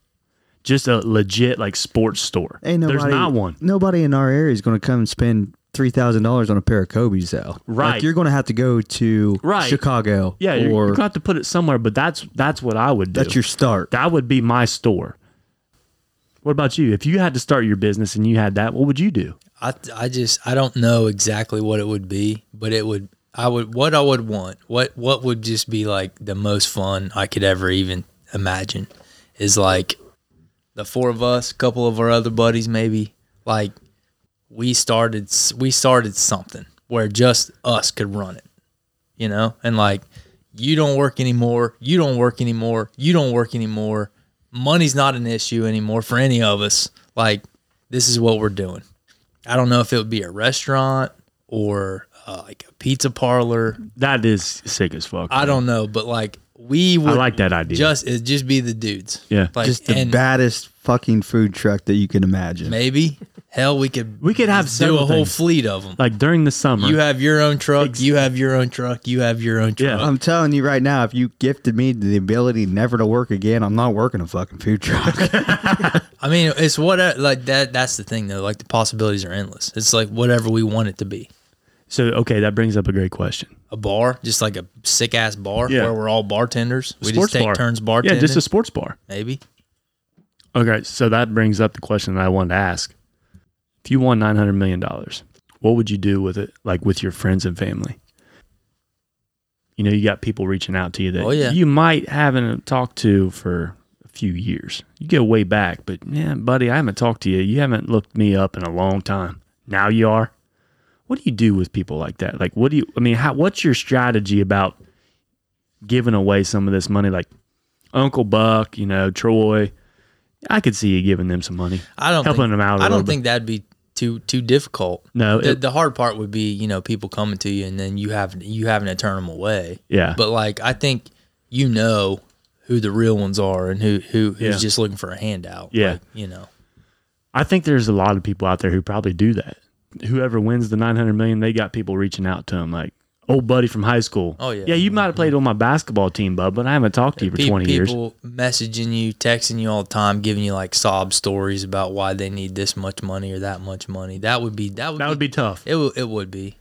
Just a legit like sports store.
Ain't nobody,
There's not one.
Nobody in our area is going to come and spend three thousand dollars on a pair of Kobe's, though.
Right.
Like you're going to have to go to
Right.
Chicago.
Yeah, you're, you're
or
gonna have to put it somewhere, but that's that's what I would do.
that's your start.
That would be my store. What about you? If you had to start your business and you had that, what would you do?
I I just I don't know exactly what it would be, but it would I would what I would want what what would just be like the most fun I could ever even imagine is like the four of us, a couple of our other buddies maybe like we started s- we started something where just us could run it, you know, and like you don't work anymore, you don't work anymore, you don't work anymore. Money's not an issue anymore for any of us. Like this is what we're doing. I don't know if it would be a restaurant or uh, like a pizza parlor.
That is sick as fuck.
I don't know, but like we would
I like that idea.
just it just be the dudes.
Yeah.
like
Just the
and
baddest fucking food truck that you can imagine.
maybe hell we could
We could have
do a
several
whole
things.
fleet of them.
like during the summer.
You have your own truck. You have your own truck. You have your own
Yeah.
truck.
I'm telling you right now, if you gifted me the ability never to work again, I'm not working a fucking food truck.
I mean, it's what like that. That's the thing though. Like the possibilities are endless. It's like whatever we want it to be.
so okay, that brings up a great question.
A bar, just like a sick ass bar
Yeah.
where we're all bartenders. We
Sports
just take
bar.
turns bartending.
Yeah, just a sports bar.
maybe.
Okay, so that brings up the question that I wanted to ask. If you won nine hundred million dollars, what would you do with it? Like with your friends and family? You know, you got people reaching out to you that
Oh, yeah.
you might haven't talked to for a few years. You go way back, but man, buddy, I haven't talked to you. You haven't looked me up in a long time. Now you are. What do you do with people like that? Like, what do you? I mean, how, what's your strategy about giving away some of this money? Like Uncle Buck, you know, Troy. I could see you giving them some money.
I don't
Helping
think,
them out a
I
little
don't
bit.
think that'd be too too difficult.
No,
The,
it-
the hard part would be you know people coming to you and then you have you having to turn them away.
Yeah.
But like I think you know who the real ones are and who who who's
Yeah.
just looking for a handout.
Yeah.
Like, you know.
I think there's a lot of people out there who probably do that. Whoever wins the 900 million, they got people reaching out to them like, old buddy from high school.
Oh, yeah.
Yeah, you might have played on my basketball team, bub, but I haven't talked to you for
Pe-
20 years.
people messaging you, texting you all the time, giving you like sob stories about why they need this much money or that much money. That would be that would
That
be,
would be tough.
It w- it would be,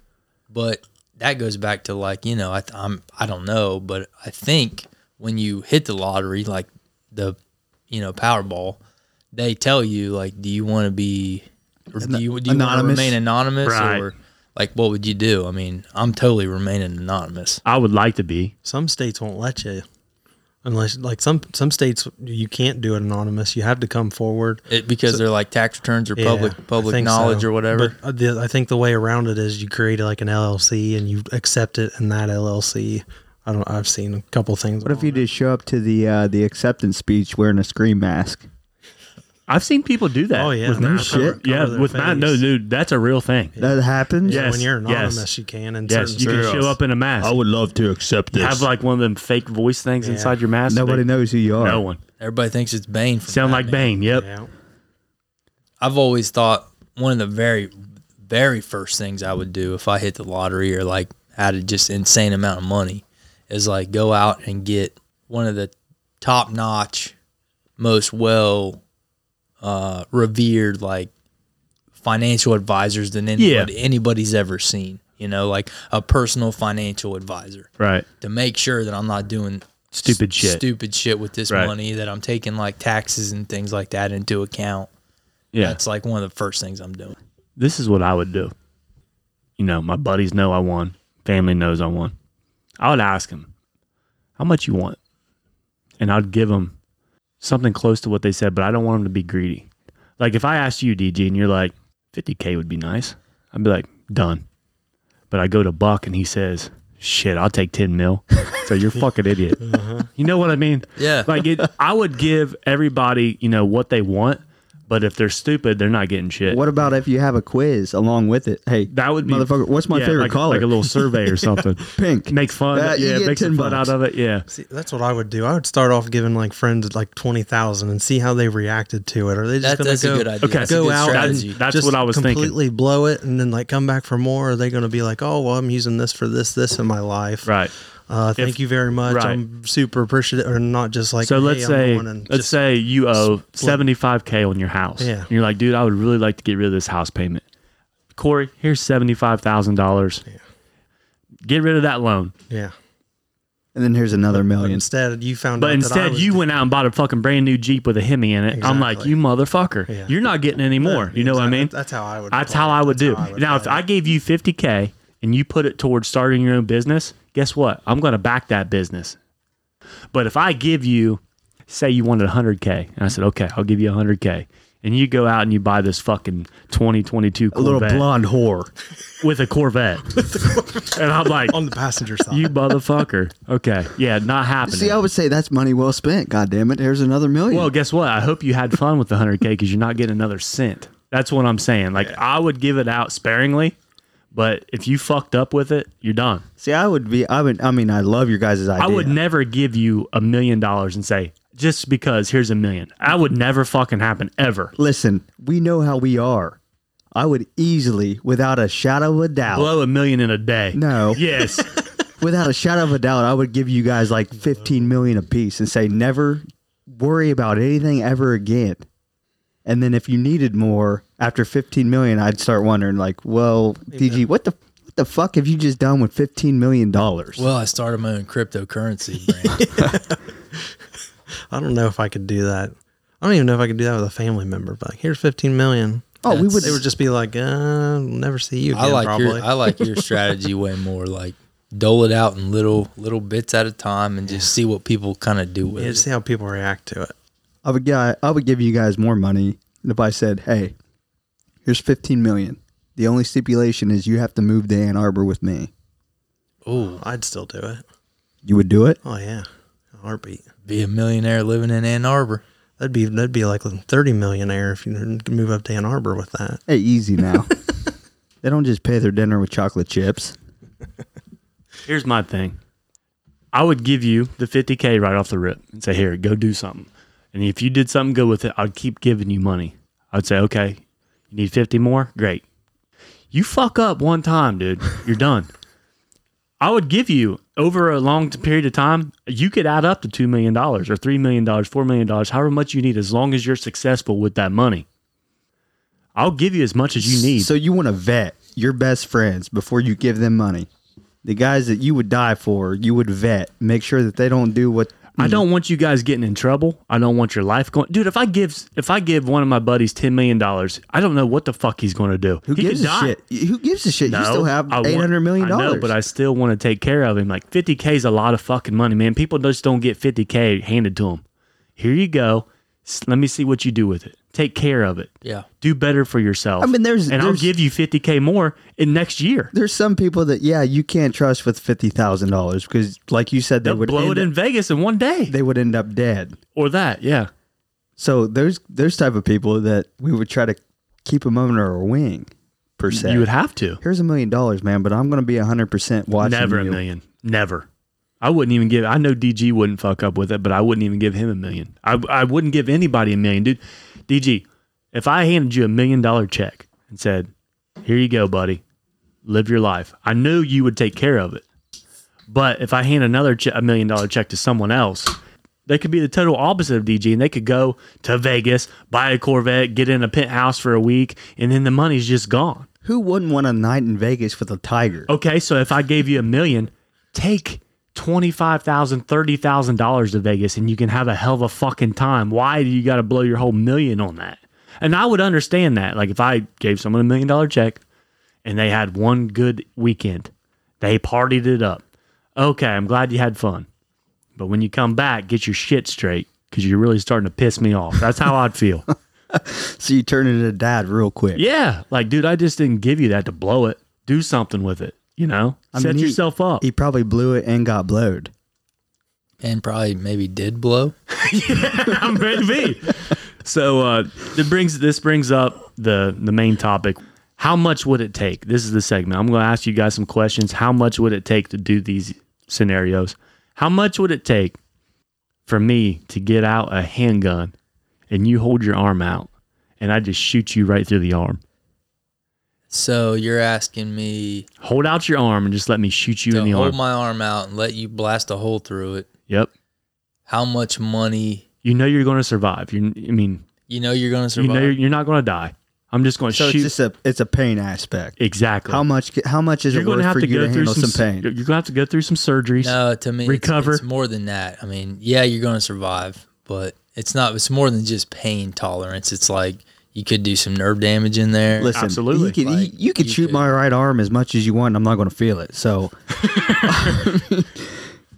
but that goes back to like you know I th- I'm I don't know, but I think when you hit the lottery, like the you know Powerball, they tell you like, do you want to be, or do you do you want to
anonymous?
remain anonymous
Right.
or like what would you do? I mean, I'm totally remaining anonymous.
I would like to be.
Some states won't let you unless like some some states you can't do it anonymous. You have to come forward.
It, because they're like tax returns or
Yeah,
public
I
public
think so.
knowledge or whatever.
But uh, the, I think the way around it is you create like an LLC and you accept it in that LLC. I don't. I've seen a couple things.
what if you just show up to the uh, the acceptance speech wearing a scream mask?
I've seen people do that.
Oh yeah,
with
no
Matt.
shit.
cover-
Yeah,
cover their
with Matt. No,
face.
dude, that's a real thing.
That happens.
Yeah.
When
Yes,
you're
yes.
anonymous, you can. And
Yes, you can show up in a mask.
would love to accept this.
have like one of them fake voice things
Yeah.
inside your mask.
Nobody
They-
knows who you are.
No one.
Everybody thinks it's Bane. From
Sound like
Batman.
Bane. Yep.
Yeah.
I've always thought one of the very, very first things I would do if I hit the lottery or like had a just insane amount of money is like go out and get one of the top notch, most well uh, revered like financial advisors than anybody, anybody's ever seen. You know, like a personal financial advisor
Right.
to make sure that I'm not doing
Stupid
s-
shit.
stupid shit with this
Right.
money. That I'm taking like taxes and things like that into account.
Yeah.
That's like one of the first things I'm doing.
this is what I would do. You know, my buddies know I won. Family knows I won. I would ask them, how much you want? And I'd give them something close to what they said, but I don't want them to be greedy. Like if I asked you, DG, and you're like, 50K would be nice, I'd be like, done. But I go to Buck and he says, shit, I'll take 10 mil. So you're a fucking idiot. You know what I mean?
Yeah.
Like it, I would give everybody, you know, what they want, but if they're stupid, they're not getting shit.
What about if you have a quiz along with it? Hey,
That would be
motherfucker. What's my
yeah,
favorite
like,
color?
Like a little survey or something.
pink.
Make fun.
That- you
yeah,
get
make some
10
fun
bucks.
out of it. Yeah.
See, that's what I would do. I would start off giving like friends like twenty thousand and see how they reacted to it. Are they just
That,
going
that's
to go?
a good idea.
okay,
that's a
go
good
out and-
strategy.
That's
just
what I was
completely
thinking.
blow it and then like come back for more. Are they going to be like, oh well, I'm using this for this this in my life?
Right.
Uh, thank
If-
you very much.
right.
I'm super appreciative, or not just like.
So
hey,
let's
I'm
say
going and
let's
just-
say you owe seventy five k on your house.
Yeah.
And you're like, dude, I would really like to get rid of this house payment. Corey, here's seventy five thousand dollars. Get rid of that loan.
yeah.
And then here's another
But
million.
instead, you found.
But
out that I
instead,
was-
you went out and bought a fucking brand new Jeep with a Hemi in it. I'm like,
Exactly.
you motherfucker.
Yeah.
You're not getting any more. you know what I
Exactly.
mean?
That's how I would.
That's
play
how
it.
I would
That's
do.
how I would
now, if
play
I
it.
gave you 50K and you put it towards starting your own business, guess what? I'm going to back that business. But if I give you, say you wanted 100K, and I said, okay, I'll give you 100K, and you go out and you buy this fucking 2022
A little
Corvette
blonde whore.
with a Corvette. and I'm like,
on the passenger side,
you motherfucker. Okay. Yeah, not happening.
See, I would say that's money well spent. God damn it. Here's another million.
Well, guess what? I hope you had fun with the 100K because you're not getting another cent. That's what I'm saying. Like, I would give it out sparingly, but if you fucked up with it, you're done.
See, I would be. I would. I mean, I love your guys' idea.
I would never give you a million dollars and say, just because here's a million. I would never fucking happen ever.
listen. We know how we are. I would easily, without a shadow of a doubt,
Blow a million in a day.
No.
Yes.
without a shadow of a doubt, I would give you guys like fifteen million apiece and say never worry about anything ever again. And then if you needed more after fifteen million, I'd start wondering like, well, DG, what the what the fuck have you just done with fifteen million dollars?
Well, I started my own cryptocurrency brand.
I don't know if I could do that. I don't even know if I could do that with a family member. But like, here's fifteen million.
Oh, we would.
They would just be like, uh, "I'll never see you again."
I like
probably.
your I like your strategy way more. Like dole it out in little little bits at a time and just see what people kind of do with
yeah,
it.
just see how people react to it.
I would. gi- I would give you guys more money if I said, hey, here's fifteen million. The only stipulation is you have to move to Ann Arbor with me.
Oh, I'd still do it.
You would do it.
Oh yeah, a heartbeat.
Be a millionaire living in Ann Arbor.
That'd be that'd be like a thirty millionaire if you could move up to Ann Arbor with that.
Hey, easy now. they don't just pay their dinner with chocolate chips.
here's my thing I would give you the 50K right off the rip and say, here, go do something. And if you did something good with it, I'd keep giving you money. I'd say, okay, you need 50 more? Great. You fuck up one time, dude. You're done. I would give you over a long t- period of time, you could add up to $2 million or $3 million, $4 million, however much you need, as long as you're successful with that money. I'll give you as much as you need.
So you want to vet your best friends before you give them money. The guys that you would die for, you would vet, make sure that they don't do what.
I don't want you guys getting in trouble. I don't want your life going. Dude, if I give if I give one of my buddies ten million dollars, I don't know what the fuck he's going to do.
Who
he
gives
could
a
die.
shit? Who gives a shit?
No,
you still have
I want-
eight hundred million
I
dollars.
know, but I still want to take care of him. Like fifty k is a lot of fucking money, man. People just don't get fifty k handed to them. Here you go. S- Let me see what you do with it. Take care of it.
Yeah.
Do better for yourself.
I mean, there's-
and
there's-
I'll give you fifty k more in next year.
There's some people that yeah you can't trust with fifty thousand dollars because like you said they
They'll
would
blow
end
it in
up-
Vegas in one day
they would end up dead.
or that. Yeah.
So there's there's type of people that we would try to keep them under our wing per se.
You would have to.
Here's a million dollars, man, but I'm going to be hundred percent watching.
Never a
you.
million. Never. I wouldn't even give. I know DG wouldn't fuck up with it, but I wouldn't even give him a million. I I wouldn't give anybody a million, dude. DG, if I handed you a million dollar check and said, "Here you go, buddy, live your life," I knew you would take care of it. But if I hand another che- a million dollar check to someone else, They could be the total opposite of DG, and they could go to Vegas, buy a Corvette, get in a penthouse for a week, and then the money's just gone.
Who wouldn't want a night in Vegas with a tiger?
Okay, so if I gave you a million, take $25,000, $30,000 to Vegas and you can have a hell of a fucking time. Why do you got to blow your whole million on that? And I would understand that. Like if I gave someone a million dollar check and they had one good weekend, they partied it up. Okay, I'm glad you had fun. But when you come back, get your shit straight because you're really starting to piss me off. That's how I'd feel.
So you turn into dad real quick.
Yeah. Like, dude, I just didn't give you that to blow it. Do something with it, you know?
I
Set
mean, he-
yourself up.
He probably blew it and got blowed.
and probably maybe did blow.
Maybe. So uh, it brings this brings up the the main topic. How much would it take? This is the segment. I'm going to ask you guys some questions. How much would it take to do these scenarios? How much would it take for me to get out a handgun and you hold your arm out and I just shoot you right through the arm?
So you're asking me
Hold out your arm and just let me shoot you
to
in the
hold
arm.
my arm out and let you blast a hole through it.
yep.
How much money
You know you're going to survive. You I mean,
you know you're gonna survive?
you know you're, you're not going to die. I'm just going to
So
Oh, shoot
it's just a it's a pain aspect.
exactly.
How much how much is
you're
it
going to
worth
have
for
to
you
go
to
through
handle
some,
some,
s- You're
pain?
going to have to go through some surgeries.
no, to me, it's-
recover.
It's, more than that. I mean, yeah, you're gonna survive, but it's not. It's more than just pain tolerance. It's like you could do some nerve damage in there.
Listen,
Absolutely.
You could,
Like,
you could
you
shoot
could-
my right arm as much as you want. And I'm not going to feel it. So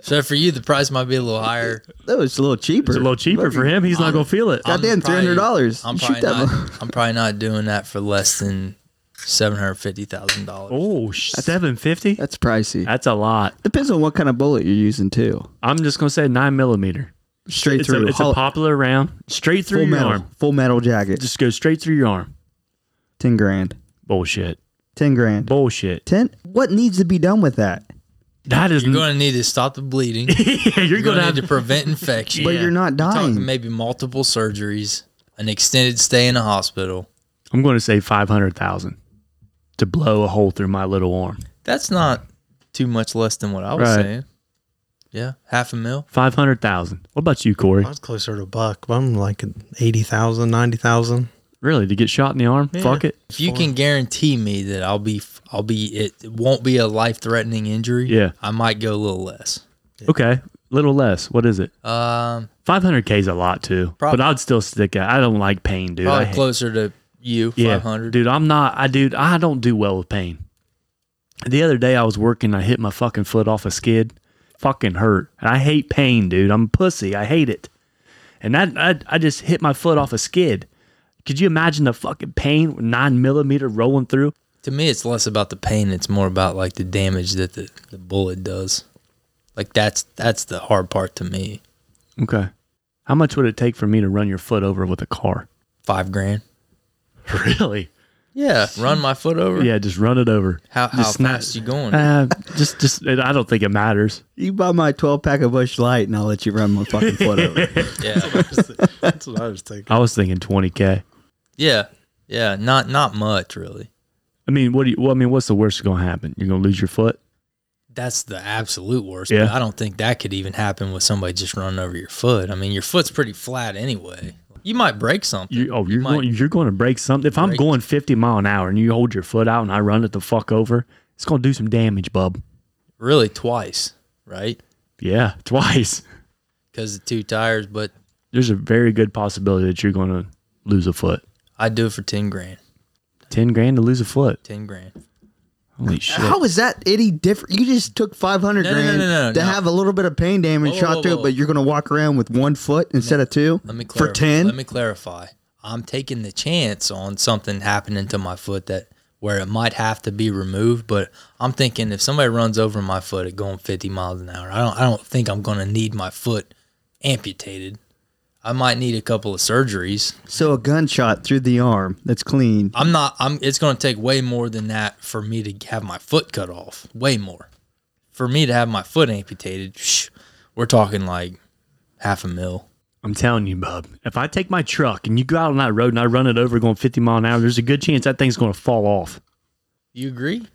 So for you, the price might be a little higher.
that was a little cheaper.
It's a little cheaper for him. He's not going to feel it.
I'm
Goddamn,
probably-
$300.
I'm
You shoot
probably
that
not. I'm probably not doing that for less than seven hundred fifty thousand dollars.
Oh, 750?
That's pricey.
That's a lot.
Depends on what kind of bullet you're using too.
I'm just going to say 9 millimeter.
Straight
It's, a,
through.
it's a
Hol-
popular round. Straight through
full
your
metal.
arm.
Full metal jacket.
Just go straight through your arm.
Ten grand.
Bullshit.
Ten grand.
Bullshit.
Ten. What needs to be done with that?
That is-
You're going to need to stop the bleeding.
yeah, you're
You're
going
going
to
to
have
need to prevent infection.
But you're not
You're talking
dying.
maybe multiple surgeries, an extended stay in a hospital.
I'm going to say 500,000 to blow a hole through my little arm.
That's not too much less than what I was
Right.
saying. Yeah, half a mil.
500,000. What about you, Corey?
I was closer to a buck, but I'm like 80,000, 90,000.
Really? To get shot in the arm? Fuck it.
If you can guarantee me that I'll be, I'll be, it, it won't be a life-threatening injury.
Yeah.
I might go a little less.
Okay. Little less. What is it?
Um,
500k is a lot too,
Probably.
but I'd still stick at. I don't like pain, dude. I
probably
hate-
closer to you,
yeah,
five hundred.
dude. I'm not. I dude. I don't do well with pain. The other day I was working. I hit my fucking foot off a skid. Fucking hurt. And I hate pain, dude. I'm a pussy. I hate it. And that I, I just hit my foot off a skid. Could you imagine the fucking pain? with Nine millimeter rolling through.
To me, it's less about the pain. It's more about like the damage that the, the bullet does. Like that's that's the hard part to me.
Okay. How much would it take for me to run your foot over with a car?
Five grand.
Really?
Yeah, run my foot over.
Yeah, just run it over.
How, how
Just
fast
snap-
you going?
Uh, just, just. I don't think it matters.
You buy my 12 pack of Bush Light, and I'll let you run my fucking foot over.
yeah,
That's what I was thinking.
I was thinking 20k.
yeah, yeah. Not not much really.
I mean, what do you? Well, I mean, what's the worst going to happen? You're going to lose your foot.
That's the absolute worst.
Yeah.
But I don't think that could even happen with somebody just running over your foot. I mean, your foot's pretty flat anyway. You might break something.
You, oh, you're
might-
going, you're going to break something. If I'm
Break.
going 50 mile an hour and you hold your foot out and I run it the fuck over, it's going to do some damage, bub.
really twice, right?
Yeah, twice.
Because the two tires. But
There's a very good possibility that you're going to lose a foot.
I'd do it for ten grand.
10 grand to lose a foot.
Ten grand.
Holy shit.
How is that any different? You just took 500
No, no, no,
grand
no, no,
to
no.
have a little bit of pain damage
Whoa,
shot
whoa,
through
whoa.
it, but you're going to walk around with one foot instead of two
Let me clarify.
for 10?
Let me clarify. I'm taking the chance on something happening to my foot that where it might have to be removed, but I'm thinking if somebody runs over my foot at going 50 miles an hour, I don't I don't think I'm going to need my foot amputated. I might need a couple of surgeries.
so a gunshot through the arm that's clean.
I'm not I'm it's going to take way more than that for me to have my foot cut off. Way more. For me to have my foot amputated, shh, we're talking like half a mil.
I'm telling you, bub. If I take my truck and you go out on that road and I run it over going 50 mile an hour, there's a good chance that thing's going to fall off.
You agree?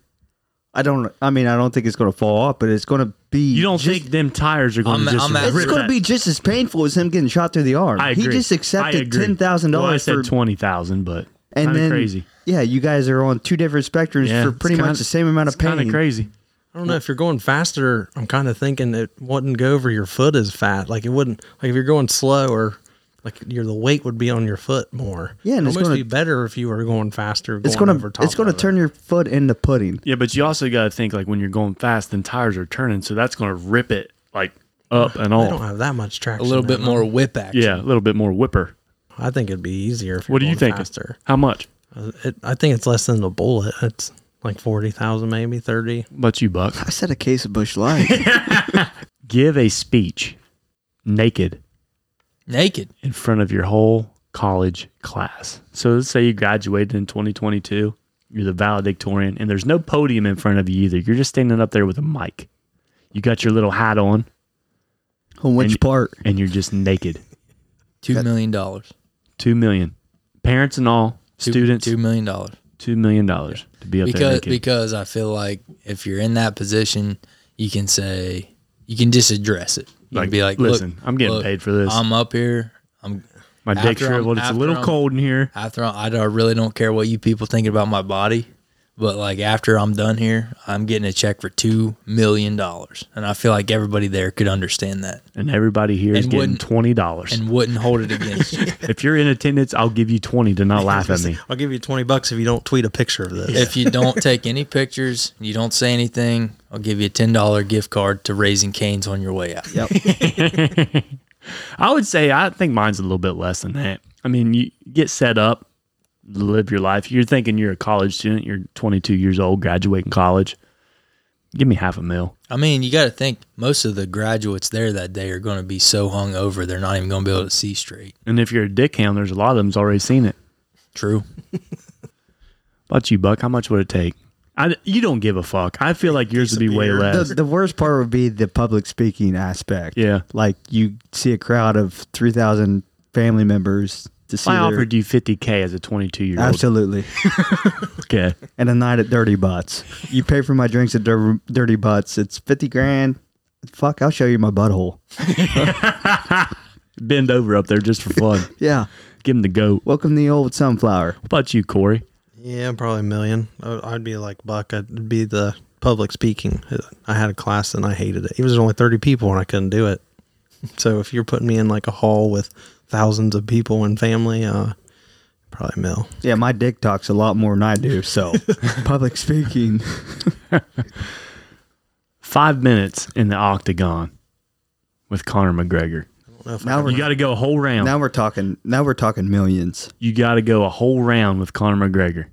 I don't. I mean, I don't think it's going to fall off, but it's going to be.
You don't
just-
think them tires are going
I'm-
to just
I'm at-
it's
rip
going to
that-
be just as painful as him getting shot through the arm.
I agree.
He just
I
accepted
agree.
ten thousand
Well, I
dollars
said
for,
twenty thousand, but
and
kinda
then
crazy.
yeah, you guys are on two different spectrums
Yeah,
for
it's
pretty
kinda-
much the same amount
It's
of pain.
kind of crazy.
I don't know if you're going faster. I'm kind of thinking it wouldn't go over your foot as fast. Like it wouldn't. Like if you're going slower, like your the weight would be on your foot more.
Yeah, and
It'd
it's
almost
gonna-
be better if you were going faster. Going
It's going
over
to
top
it's going to
of it.
turn your foot into pudding.
Yeah, but you also got to think like when you're going fast, then tires are turning, so that's going to rip it like up and
I don't
off.
have that much
a
traction.
little bit
man.
more whip action.
Yeah, a little bit more whipper.
I think it'd be easier if you're
What do you
going
think?
faster.
How much?
Uh, It, I think it's less than the bullet. It's like forty thousand, maybe thirty.
How about you, Buck?
I said a case of bush light.
Give a speech naked
Naked.
in front of your whole college class. So let's say you graduated in 2022, you're the valedictorian, and there's no podium in front of you either. You're just standing up there with a mic. You got your little hat on,
On which
And-
part?
and you're just naked.
Two million dollars.
Two million, parents and all,
Two-
students,
Two million dollars.
two million dollars to be up there
Because
naked.
because I feel like if you're in that position, you can say you can just address it. You
Like,
can be like, "Look,
listen, I'm getting
look,
paid for this.
I'm up here. I'm
My dick
after I'm-
shriveled. It's a
after
little
I'm-
cold in here.
after I, I really don't care what you people think about my body, but like after I'm done here, I'm getting a check for two million dollars, and I feel like everybody there could understand that
and everybody here is
And
getting
wouldn't-
twenty dollars.
and wouldn't hold it against you.
If you're in attendance, I'll give you twenty to not laugh at me.
I'll give you twenty bucks if you don't tweet a picture of this.
If you don't take any pictures, you don't say anything, I'll give you a ten dollar gift card to Raising Canes on your way out.
I would say I think mine's a little bit less than that. I mean, you get set up, live your life. You're thinking you're a college student. You're 22 years old, graduating college. Give me half a mil.
I mean, you got to think most of the graduates there that day are going to be so hung over they're not even going to be able to see straight.
And if you're a dick hound, there's a lot of them's already seen it.
True.
How about you, Buck? How much would it take? I, you don't give a fuck. I feel like yours would be way
The,
less.
the worst part would be the public speaking aspect.
Yeah.
like you see a crowd of three thousand family members to see.
I
their-
offered you 50k as a 22 year old.
Absolutely.
Okay.
and a night at Dirty Butts. You pay for my drinks at Dir- Dirty Butts. It's fifty grand. Fuck, I'll show you my butthole.
Bend over up there just for fun.
Yeah,
give him the goat.
welcome the old sunflower.
How about you, Corey?
Yeah, probably a million. I- I'd be like Buck. I'd be the public speaking. I had a class and I hated it. It was only 30 people and I couldn't do it. So if you're putting me in like a hall with thousands of people and family, uh, probably a mil.
Yeah, my dick talks a lot more than I do. So public speaking.
Five minutes in the octagon with Conor McGregor.
I don't know if I
Now
could-
You got to go a whole round.
Now we're talking. Now we're talking millions.
you got to go a whole round with Conor McGregor.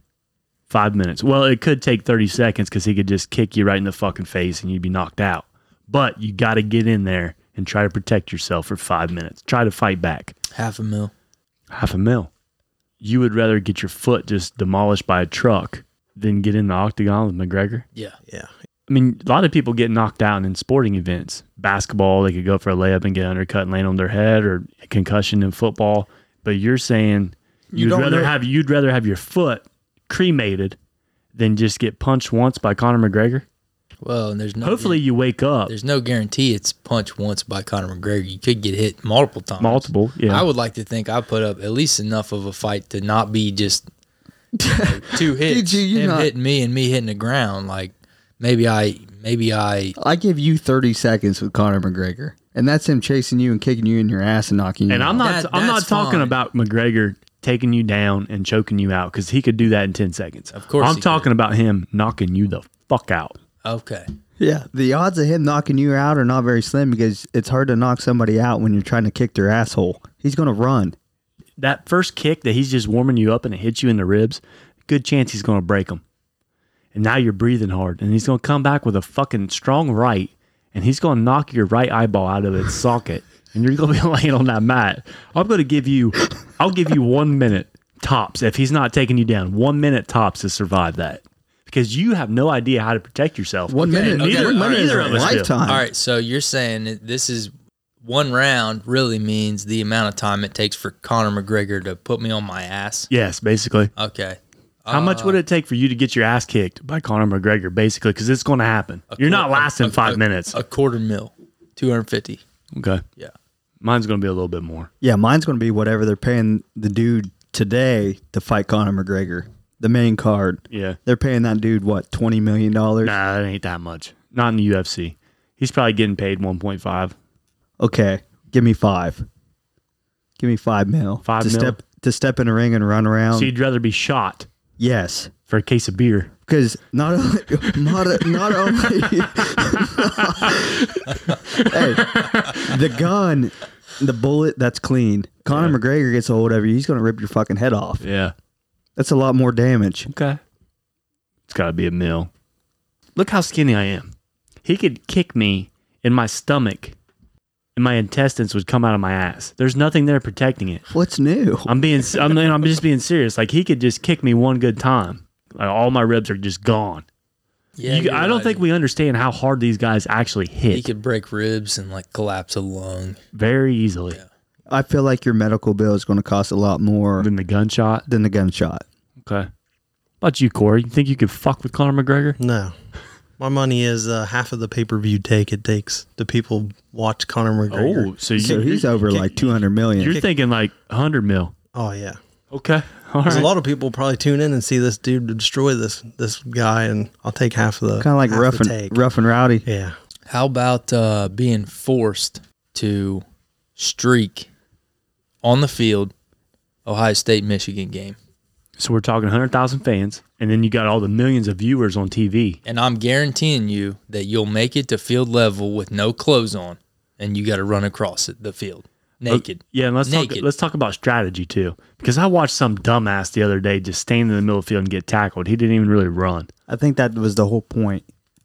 Five minutes. Well, it could take 30 seconds because he could just kick you right in the fucking face and you'd be knocked out. But you got to get in there and try to protect yourself for five minutes. Try to fight back.
Half a mil.
Half a mil. You would rather get your foot just demolished by a truck than get in the octagon with McGregor?
Yeah.
yeah.
I mean, a lot of people get knocked out in sporting events. Basketball, they could go for a layup and get undercut and land on their head, or a concussion in football. But you're saying
You
you'd
don't
rather
know-
have you'd rather have your foot cremated than just get punched once by Conor McGregor.
Well, and there's no
Hopefully, you wake up
there's no guarantee it's punch once by Conor McGregor. You could get hit multiple times.
multiple. Yeah,
I would like to think I put up at least enough of a fight to not be just you know, two hits.
Dude, you- you're
him
not-
hitting me and me hitting the ground. Like maybe I maybe I
I give you thirty seconds with Conor McGregor, and that's him chasing you and kicking you in your ass and knocking you.
and I'm not
out.
That-
I'm not
that's
talking
fine.
about McGregor taking you down and choking you out because he could do that in ten seconds. Of
course
I'm
he
talking about him knocking you the fuck out.
okay.
Yeah, the odds of him knocking you out are not very slim because it's hard to knock somebody out when you're trying to kick their asshole. He's gonna run.
that first kick that he's just warming you up and it hits you in the ribs, good chance he's going to break them. And now you're breathing hard, and he's going to come back with a fucking strong right, and he's going to knock your right eyeball out of its socket, and you're going to be laying on that mat. I'm going to give you, I'll give you one minute tops if he's not taking you down. One minute tops to survive that, because you have no idea how to protect yourself.
One
Okay,
minute,
okay,
one
all
minute
right,
is
all
a
right.
lifetime.
All right, so you're saying that this is one round really means the amount of time it takes for Conor McGregor to put me on my ass.
Yes, basically.
Okay.
How much
Uh.
would it take for you to get your ass kicked by Conor McGregor, basically? Because it's going to happen. You're not
quar- a-
lasting
a-
five
a-
minutes.
A quarter mil, two hundred fifty.
okay.
Yeah.
Mine's going to be a little bit more.
Yeah, mine's going to be whatever they're paying the dude today to fight Conor McGregor, the main card.
Yeah.
They're paying that dude what twenty million dollars.
Nah, that ain't that much. Not in the UFC. He's probably getting paid 1.5.
Okay, give me five. Give me five mil.
Five
to
mil?
step to step in a ring and run around.
So you'd rather be shot
yes,
for a case of beer.
because not only not not only. hey, the gun, the bullet that's clean. Conor McGregor gets a hold of you. He's going to rip your fucking head off.
Yeah.
That's a lot more damage.
Okay. It's got to be a mill. Look how skinny I am. He could kick me in my stomach and my intestines would come out of my ass. There's nothing there protecting it.
What's new?
I'm being, I'm, I'm just being serious. Like he could just kick me one good time. Like all my ribs are just gone.
Yeah,
You-
you're
I don't
right.
think we understand how hard these guys actually
he
hit
could break ribs and like collapse a lung.
very easily
I feel like your medical bill is going to cost a lot more
than the gunshot.
than the gunshot.
Okay. How about you, Corey? You think you could fuck with Conor McGregor?
No. My money is uh, half of the pay per view take it takes the people watch Conor McGregor.
Oh, so, you,
So he's over like two hundred million.
you're thinking like 100 mil.
Oh, yeah.
Okay. All
Because
right.
a lot of people probably tune in and see this dude destroy this this guy, and I'll take half of the
Kind of like
half
rough and
the take.
rough and rowdy.
Yeah,
How about uh, being forced to streak on the field, Ohio State Michigan game?
So we're talking 100,000 fans, and then you got all the millions of viewers on TV.
And I'm guaranteeing you that you'll make it to field level with no clothes on, and you got to run across it, the field naked.
Yeah, and let's talk.
Naked.
Let's talk about strategy too, because I watched some dumbass the other day just stand in the middle of the field and get tackled. He didn't even really run.
I think that was the whole point.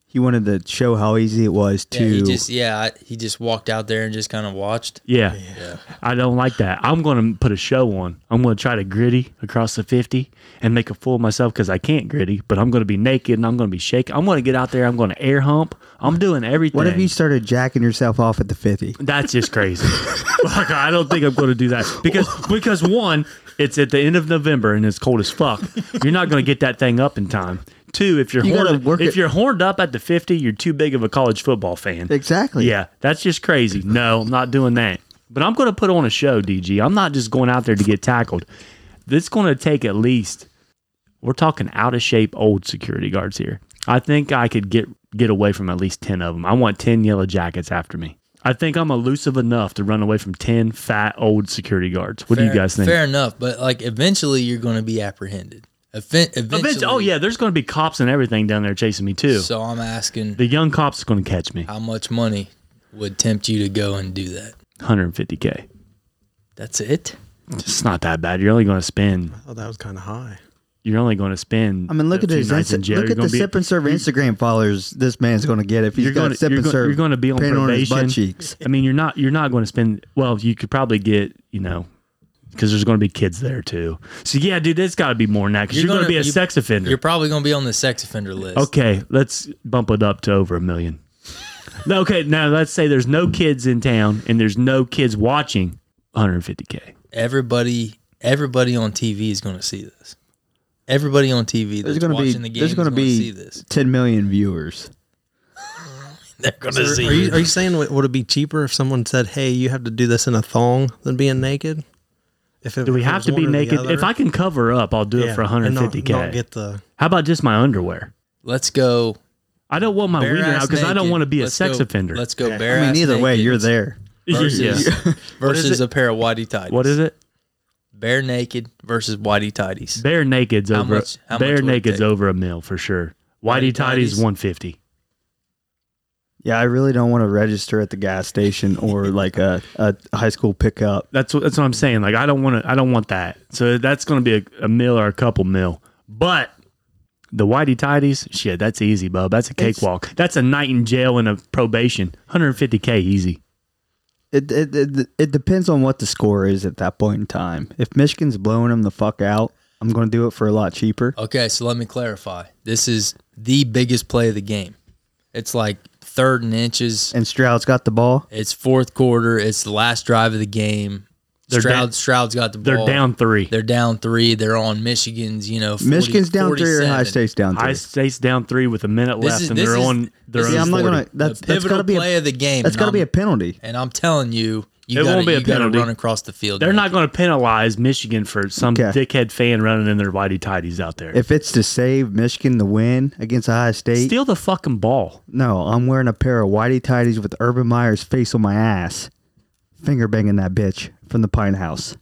He wanted to show how easy it was to.
Yeah, he just yeah, I, he just walked out there and just kind of watched.
Yeah,
Yeah.
I don't like that. I'm going to put a show on. I'm going to try to gritty across the 50 and make a fool of myself because I can't gritty, but I'm going to be naked and I'm going to be shaking. I'm going to get out there. I'm going to air hump. I'm doing everything.
what if you started jacking yourself off at the fifty?
That's just crazy. Like, I don't think I'm going to do that because because one, it's at the end of November and it's cold as fuck. You're not going to get that thing up in time. Two, if you're
You gotta
horned,
work
if
it-
you're horned up at the 50, you're too big of a college football fan.
Exactly.
Yeah, that's just crazy. No, I'm not doing that. But I'm going to put on a show, DG. I'm not just going out there to get tackled. This going to take at least. We're talking out of shape old security guards here. I think I could get get away from at least ten of them. I want ten yellow jackets after me. I think I'm elusive enough to run away from ten fat old security guards. What do
Fair-
you guys think?
Fair enough, but like eventually you're going to be apprehended. Ev- eventually,
Event- oh yeah, there's going to be cops and everything down there chasing me too.
So I'm asking,
the young cops going to catch me.
how much money would tempt you to go and do that?
150k.
That's it.
It's not that bad. You're only going to spend
oh, that was kind of high.
you're only going to spend.
I mean, look
a
at
few
his
nights in
Insta-
jail.
look
You're
at the
gonna be-
sip and serve Instagram followers. This man's going to get if he's
You're
got
gonna-
sip
you're
and
gonna-
serve.
you're gonna be on
painted his butt
probation.
cheeks.
I mean, you're not you're not going to spend. Well, you could probably get you know because there's going to be kids there too. So yeah, dude, it's got to be more than that because you're,
You're
going to
gonna-
be a
you-
sex offender.
You're probably going to be on the sex offender list.
Okay, let's bump it up to over a million. no, okay, now let's say there's no kids in town and there's no kids watching. 150k.
Everybody, everybody on TV is going to see this. Everybody on TV that's
There's going to be
watching the game
there's
is going
going to
to see
be
this.
ten million viewers.
They're going
Are,
to see.
are you,
it.
are you saying w- would it be cheaper if someone said, "Hey, you have to do this in a thong" than being naked? If it,
Do we have to be naked? If I can cover up, I'll do it for 150k.
not, get the
How about just my underwear?
Let's go.
I don't want my
bare
wiener
ass
out because I don't
naked.
want to be a
Let's
sex
go-
offender.
Let's go
Yeah.
bare.
I mean,
ass
either way,
naked
you're there.
versus,
Yeah.
versus
it?
a pair of whitey tighties.
What is it?
Bare naked versus whitey tighties.
Bare naked's
How
over.
much- how
bare
much would it
naked's
take?
over a mil for sure. Whitey
Whitey tidies?
tidies one fifty.
Yeah, I really don't want to register at the gas station or like a, a high school pickup.
That's what that's what I'm saying. Like I don't want to. I don't want that. So that's going to be a, a mil or a couple mil. But the whitey tidies, shit, that's easy, bub. That's a cakewalk. That's a night in jail and a probation. 150k easy.
It, it it it depends on what the score is at that point in time. If Michigan's blowing them the fuck out, I'm going to do it for a lot cheaper.
Okay, so let me clarify. This is the biggest play of the game. It's like third and inches.
And Stroud's got the ball.
It's fourth quarter. It's the last drive of the game.
They're
Stroud
down-
Stroud's got the
They're
ball.
down three.
They're down three. They're on Michigan's. You know, 40,
Michigan's down three or
47.
High State's down three.
High State's down three with a minute
This
left,
is-
and
this
they're
is-
on. They're on
this is-
yeah, I'm not
40.
gonna. That's
the
that's
pivotal
gotta be.
play
A,
of the game.
that's
and
gotta be a
I'm-
penalty.
And I'm telling you, you
It
gotta,
won't be a
you gotta
penalty.
run across the field.
They're not going to penalize Michigan for some
Okay.
dickhead fan running in their whitey tidies out there.
If it's to save Michigan the win against Ohio State,
Steal the fucking ball.
no, I'm wearing a pair of whitey tidies with Urban Meyer's face on my ass, finger banging that bitch from the Pine House.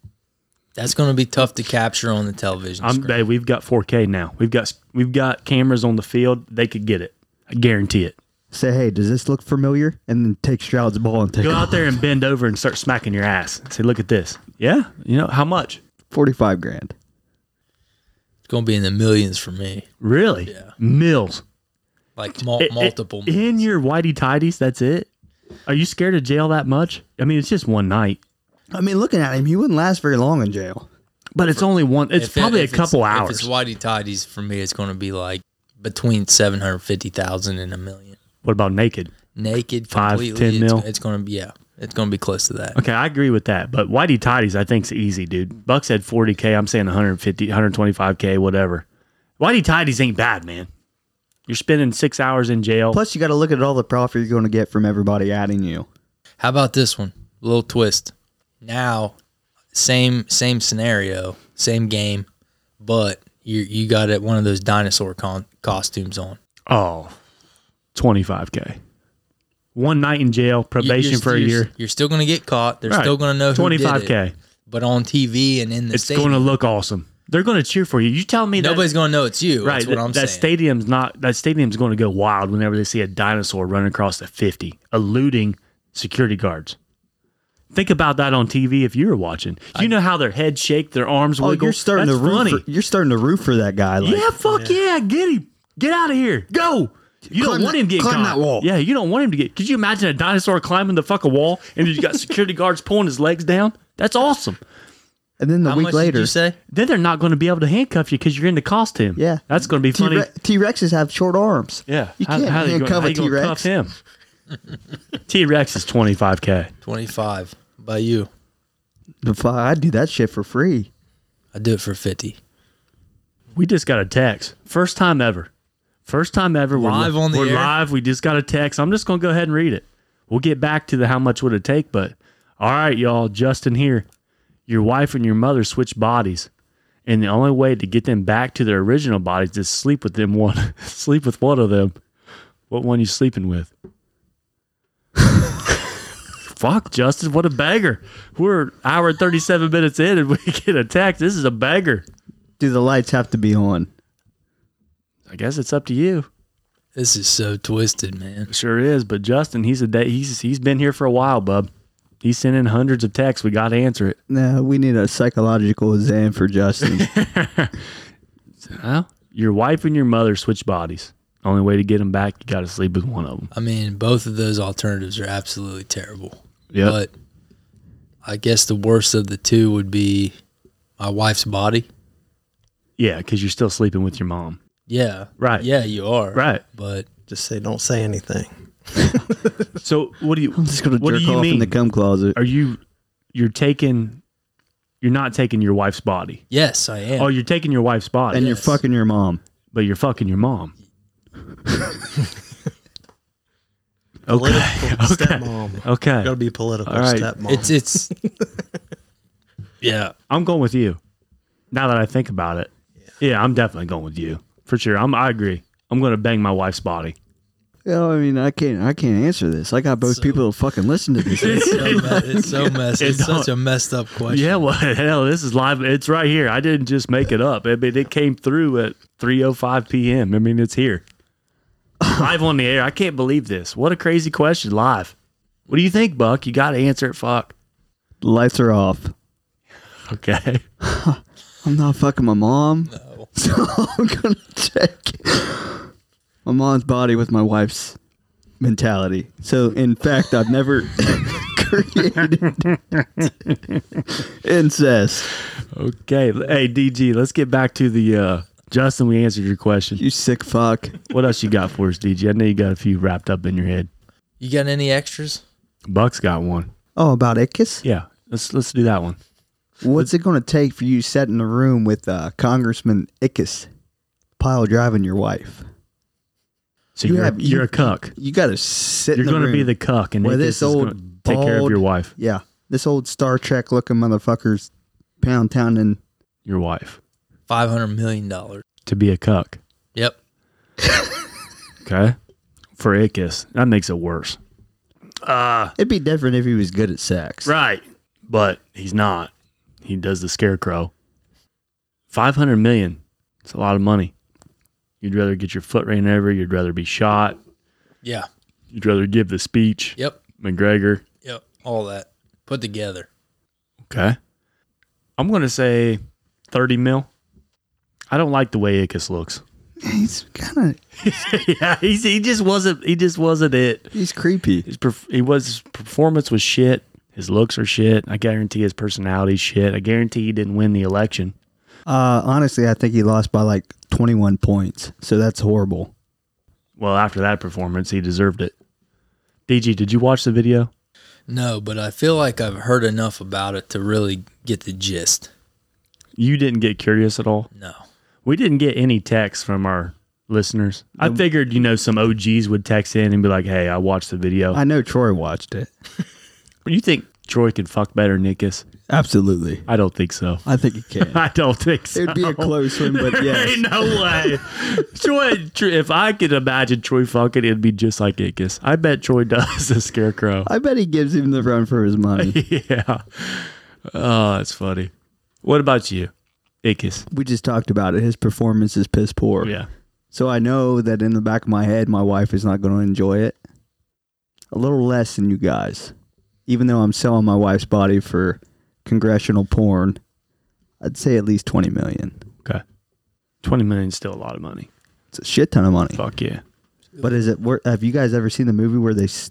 That's going to be tough to capture on the television
I'm,
screen.
hey, we've got 4K now. We've got we've got cameras on the field. They could get it. I guarantee it.
Say, hey, does this look familiar? And then take Stroud's ball and take
Go
it.
out there and bend over and start smacking your ass. Say, look at this. Yeah, you know how much?
forty-five grand.
It's going to be in the millions for me.
Really?
Yeah.
Mills.
Like mul-
It- it-
multiple.
in
millions.
your whitey tidies. That's it. Are you scared of jail that much? I mean, it's just one night,
I mean, looking at him, he wouldn't last very long in jail.
but it's only one. It's
If it-
probably
if
a couple
it's,
hours.
If it's whitey tidies for me, it's going to be like between seven hundred fifty thousand and a million.
what about naked?
Naked,
Five,
completely.
10
it's,
mil?
it's going to be yeah. It's going to be close to that.
Okay, I agree with that. But Whitey Tidies, I think's easy, dude. Bucks had 40K. I'm saying 150, 125K, whatever. Whitey Tidies ain't bad, man. You're spending six hours in jail.
Plus, you got to look at all the profit you're going to get from everybody adding you.
How about this one? Little twist. Now, same same scenario, same game, but you you got it one of those dinosaur con- costumes on.
oh, 25K. One night in jail,
You- you're
probation
st-
for a
you're
year.
st- You're still going to get caught. They're
Right.
still going to know who
25K.
25K. did it. But on TV and in the
It's
stadium,
going to look awesome. They're going to cheer for you. You tell me that.
nobody's going to know it's you.
Right,
That's what
that-
I'm
that
saying.
stadium's not that stadium's going to go wild whenever they see a dinosaur running across the 50 eluding security guards. Think about that on TV if you were watching. You know how their heads shake, their arms
Oh,
wiggle.
you're starting
That's
to root.
funny.
For, you're starting to root for that guy. Like,
yeah, fuck yeah. get him, get out of here, go. You
Climb
don't want
that-
him to get
climb
caught.
that wall.
Yeah, you don't want him to get. Could you imagine a dinosaur climbing the fucking wall and you got security guards pulling his legs down? That's awesome.
and then the
How
week
much did
later,
you say?
Then they're not going to be able to handcuff you because you're in the costume.
Yeah.
that's going to be funny.
T Rexes have short arms.
Yeah.
You can't
you gonna-
handcuff
how
a
you gonna
T-Rex.
cuff him. T Rex is 25K.
25 by you.
If I- I'd do that shit for free.
I do it for 50.
We just got a text. First time ever. First time ever. We're
Live
li-
on the
We're
air?
live. We just got a text. I'm just going to go ahead and read it. We'll get back to the how much would it take, but all right, y'all. Justin here. Your wife and your mother switched bodies. And the only way to get them back to their original bodies is sleep with them one. sleep with one of them. What one you sleeping with? Fuck, Justin, what a bagger. We're an hour and 37 minutes in and we get a text. This is a bagger.
Do the lights have to be on?
I guess it's up to you.
This is so twisted, man.
Sure is, but Justin, he's a day. He's he's been here for a while, bub. He's sending hundreds of texts. We got to answer it.
No, we need a psychological exam for Justin.
Huh? Your wife and your mother switch bodies. Only way to get them back, you got to sleep with one of them.
I mean, both of those alternatives are absolutely terrible.
Yep.
But I guess the worst of the two would be my wife's body.
Yeah, because you're still sleeping with your mom.
Yeah.
Right.
Yeah, you are.
Right.
But
Just say, don't say anything.
So what do you?
I'm just gonna
What do
jerk
you
off
mean?
in the cum closet.
Are you? You're taking. You're not taking your wife's body.
yes, I am.
Oh, you're taking your wife's body,
And you're
Yes.
fucking your mom.
but you're fucking your mom. okay.
Political stepmom.
Okay.
Gotta be political
All right.
stepmom.
it's it's Yeah.
I'm going with you. Now that I think about it, yeah, I'm definitely going with you for sure. I'm. I agree. I'm going to bang my wife's body.
Oh, I mean, I can't, I can't answer this. I got both people to fucking listen to this.
It's so, me- it's so messed.
It
It's such
don't-
a messed up question.
Yeah. Well, hell, this is live. It's right here. I didn't just make it up. I mean, it came through at 3:05 p.m. I mean, it's here, live on the air. I can't believe this. What a crazy question, live. What do you think, Buck? You got to answer it. Fuck.
Lights are off.
Okay.
I'm not fucking my mom. So I'm gonna check my mom's body with my wife's mentality. So in fact, I've never created incest.
Okay. Hey, DG. Let's get back to the. uh Justin, we answered your question.
You sick fuck.
What else you got for us, DG? I know you got a few wrapped up in your head.
You got any extras?
Buck's got one.
Oh, about Ickis?
Yeah, let's let's do that one.
What's it going to take for you to sit in a room with uh, Congressman Ickes pile driving your wife?
So
You
you are
have-
you're a cuck.
You got to sit.
You're
in the
going to be
room.
the cuck, and
Where
Nick is
this
gonna
old
take care of
bald-
your wife.
yeah. This old Star Trek looking motherfucker's pound tounding.
Your wife
Five hundred million dollars.
to be a cuck.
Yep.
Okay, for Ickes, that makes it worse. Uh
It'd be different if he was good at sex.
right. But he's not. He does the scarecrow. Five hundred million. It's a lot of money. You'd rather get your foot ran over. You'd rather be shot.
Yeah.
You'd rather give the speech.
Yep.
McGregor.
Yep. All that put together.
Okay. I'm going to say 30 mil. I don't like the way Ickes looks.
He's kind of
yeah, he's, he just wasn't he just wasn't it.
he's creepy.
His perf- he was his performance was shit. His looks are shit. I guarantee his personality's shit. I guarantee he didn't win the election.
Uh, honestly, I think he lost by like 21 points. So that's horrible.
Well, after that performance, he deserved it. DG, did you watch the video?
No, but I feel like I've heard enough about it to really get the gist.
You didn't get curious at all.
No.
We didn't get any texts from our listeners. I figured, you know, some OGs would text in and be like, "Hey, I watched the video."
I know Troy watched it.
you think Troy could fuck better, Nickus?
Absolutely.
I don't think so.
I think he can.
I don't think so.
It'd be a close one, but
There
yes.
ain't no way. Troy, Troy, if I could imagine Troy fucking, it'd be just like Ickes. I bet Troy does the scarecrow.
I bet he gives him the run for his money.
yeah. Oh, that's funny. What about you, Ickes?
We just talked about it. His performance is piss poor.
Yeah.
So I know that in the back of my head, my wife is not going to enjoy it. A little less than you guys. Even though I'm selling my wife's body for congressional porn, I'd say at least 20 million.
Okay. Twenty million's still a lot of money.
It's a shit ton of money.
Fuck yeah.
But is it worth? Have you guys ever seen the movie where they s-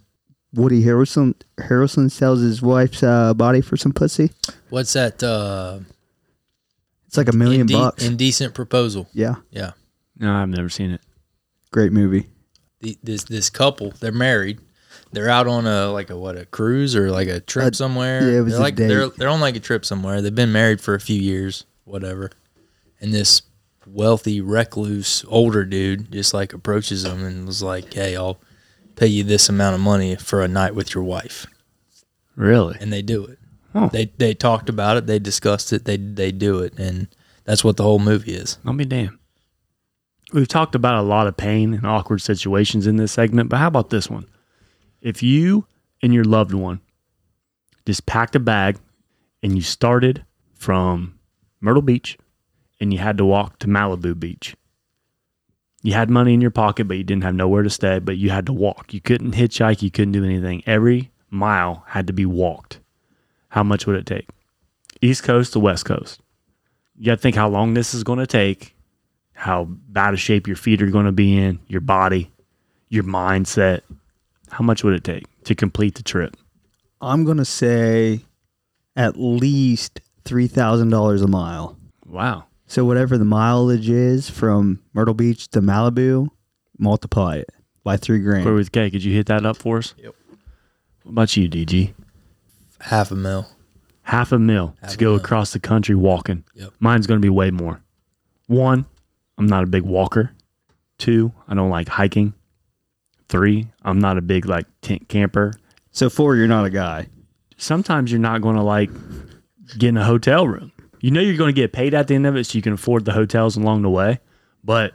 Woody Harrelson Harrelson sells his wife's uh, body for some pussy?
What's that? Uh,
It's like a million
inde-
bucks.
Indecent proposal.
yeah,
Yeah.
No, I've never seen it.
great movie.
The, this this couple, they're married. They're out on a like a what a cruise or like a trip
Uh,
somewhere.
yeah, it was
they're
a
like they're
date.
they're on like a trip somewhere. They've been married for a few years, whatever. And this wealthy recluse older dude just like approaches them and was like, "Hey, I'll pay you this amount of money for a night with your wife."
Really?
and they do it.
Huh.
They they talked about it, they discussed it, they they do it, and that's what the whole movie is.
I'll be damned. We've talked about a lot of pain and awkward situations in this segment, but how about this one? If you and your loved one just packed a bag and you started from Myrtle Beach and you had to walk to Malibu Beach, you had money in your pocket, but you didn't have nowhere to stay, but you had to walk. You couldn't hitchhike, you couldn't do anything. Every mile had to be walked. How much would it take? East Coast to West Coast you got to think how long this is going to take, how bad of shape your feet are going to be in, your body, your mindset. How much would it take to complete the trip?
I'm gonna say at least three thousand dollars a mile.
Wow.
So whatever the mileage is from Myrtle Beach to Malibu, multiply it by three grand.
Where with K, could you hit that up for us? Yep. What about you, DG?
Half a mil.
Half a mil to go across the country walking.
Yep.
Mine's going to be way more. One, I'm not a big walker. Two, I don't like hiking. Three, I'm not a big like tent camper.
So four, you're not a guy.
sometimes you're not going to like get in a hotel room. You know you're going to get paid at the end of it, so you can afford the hotels along the way. But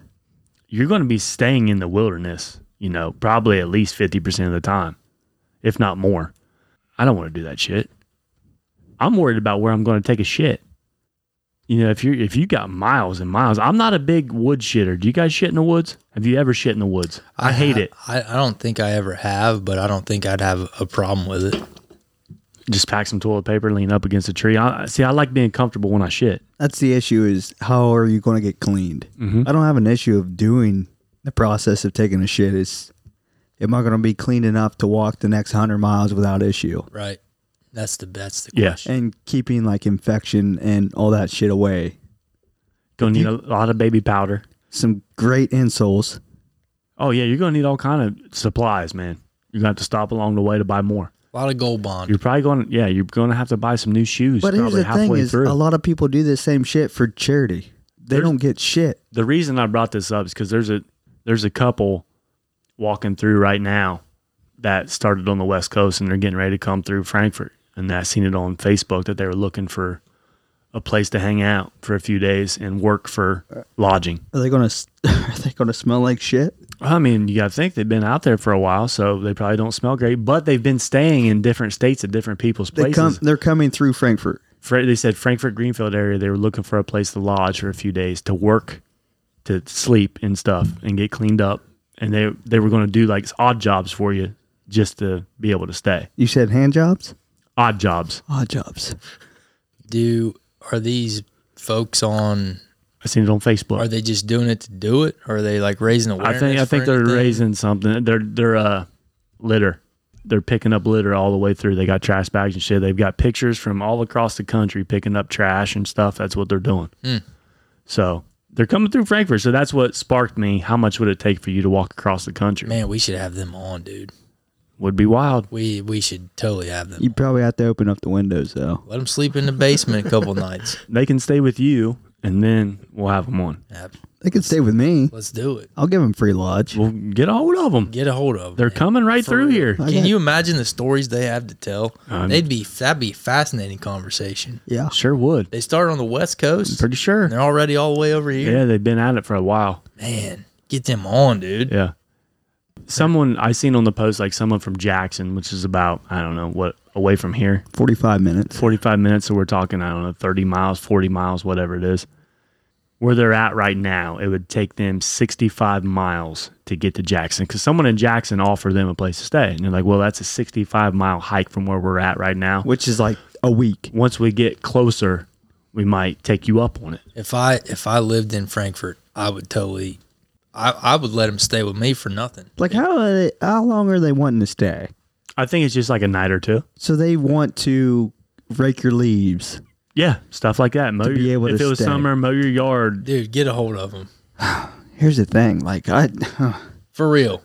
you're going to be staying in the wilderness, you know, probably at least fifty percent of the time, if not more. I don't want to do that shit. I'm worried about where I'm going to take a shit. You know, if you are if you got miles and miles, I'm not a big wood shitter. Do you guys shit in the woods? Have you ever shit in the woods? I, hate it.
I, I don't think I ever have, but I don't think I'd have a problem with it.
Just pack some toilet paper, lean up against a tree. I, see, I like being comfortable when I shit.
That's the issue is how are you going to get cleaned?
Mm-hmm.
I don't have an issue of doing the process of taking a shit. It's am I going to be clean enough to walk the next 100 miles without issue
Right. That's the that's the
Yeah.
question.
and keeping like infection and all that shit away.
Gonna need a lot of baby powder.
Some great insoles.
Oh yeah, you're gonna need all kind of supplies, man. You're gonna have to stop along the way to buy more.
A lot of gold bond.
You're probably going. Yeah, you're going to have to buy some new shoes.
But here's
probably
the thing:
halfway
is
through.
a lot of people do this same shit for charity. They
There's-
don't get shit.
the reason I brought this up is because there's a there's a couple walking through right now that started on the West Coast and they're getting ready to come through Frankfurt. And I seen it on Facebook that they were looking for a place to hang out for a few days and work for lodging.
Are they gonna? s- Are they gonna smell like shit?
I mean, you got to think they've been out there for a while, so they probably don't smell great. But they've been staying in different states at different people's
They
places.
come. They're coming through Frankfurt.
Fra- they said Frankfurt Greenfield area. They were looking for a place to lodge for a few days to work, to sleep and stuff, and get cleaned up. And they they were going to do like odd jobs for you just to be able to stay.
You said hand jobs.
Odd jobs.
Odd jobs.
Do are these folks on?
I seen it on
Are
Facebook.
they just doing it to do it? Or are they like raising awareness?
I think I
for
think they're
anything?
raising something. They're they're uh litter. They're picking up litter all the way through. They got trash bags and shit. They've got pictures from all across the country picking up trash and stuff. That's what they're doing.
Hmm.
So they're coming through Frankfurt. So that's what sparked me. How much would it take for you to walk across the country?
Man, we should have them on, dude.
would be wild.
We we should totally have them.
You probably have to open up the windows though.
Let them sleep in the basement a couple nights.
They can stay with you, and then we'll have them on.
Yep.
They could stay with me.
Let's do it.
I'll give them free lodge.
We'll get a hold of them.
Get a hold of them.
They're coming right
For
through
real.
here.
I
Can
got-
you imagine the stories they have to tell?
I'm-
They'd be that'd be a fascinating conversation.
Yeah.
Sure would.
They start on the west coast.
Pretty sure.
and they're already all the way over here.
Yeah, they've been at it for a while.
Man, get them on, dude.
Yeah. Someone I seen on the post, like someone from Jackson, which is about I don't know what away from here,
Forty-five minutes.
forty five minutes. So we're talking I don't know thirty miles, forty miles, whatever it is. Where they're at right now, it would take them sixty five miles to get to Jackson because someone in Jackson offered them a place to stay, and they're like, "Well, that's a sixty five mile hike from where we're at right now."
Which is like a week.
once we get closer, we might take you up on it.
If I if I lived in Frankfurt, I would totally, I I would let them stay with me for nothing.
Like how? Are they, how long are they wanting to stay?
I think it's just like a night or two.
So they want to rake your leaves.
Yeah, stuff like that. Mow
To be
your-
able to
if it was
stay.
summer, mow your yard.
Dude, get a hold of them
Here's the thing. Like I,
for real.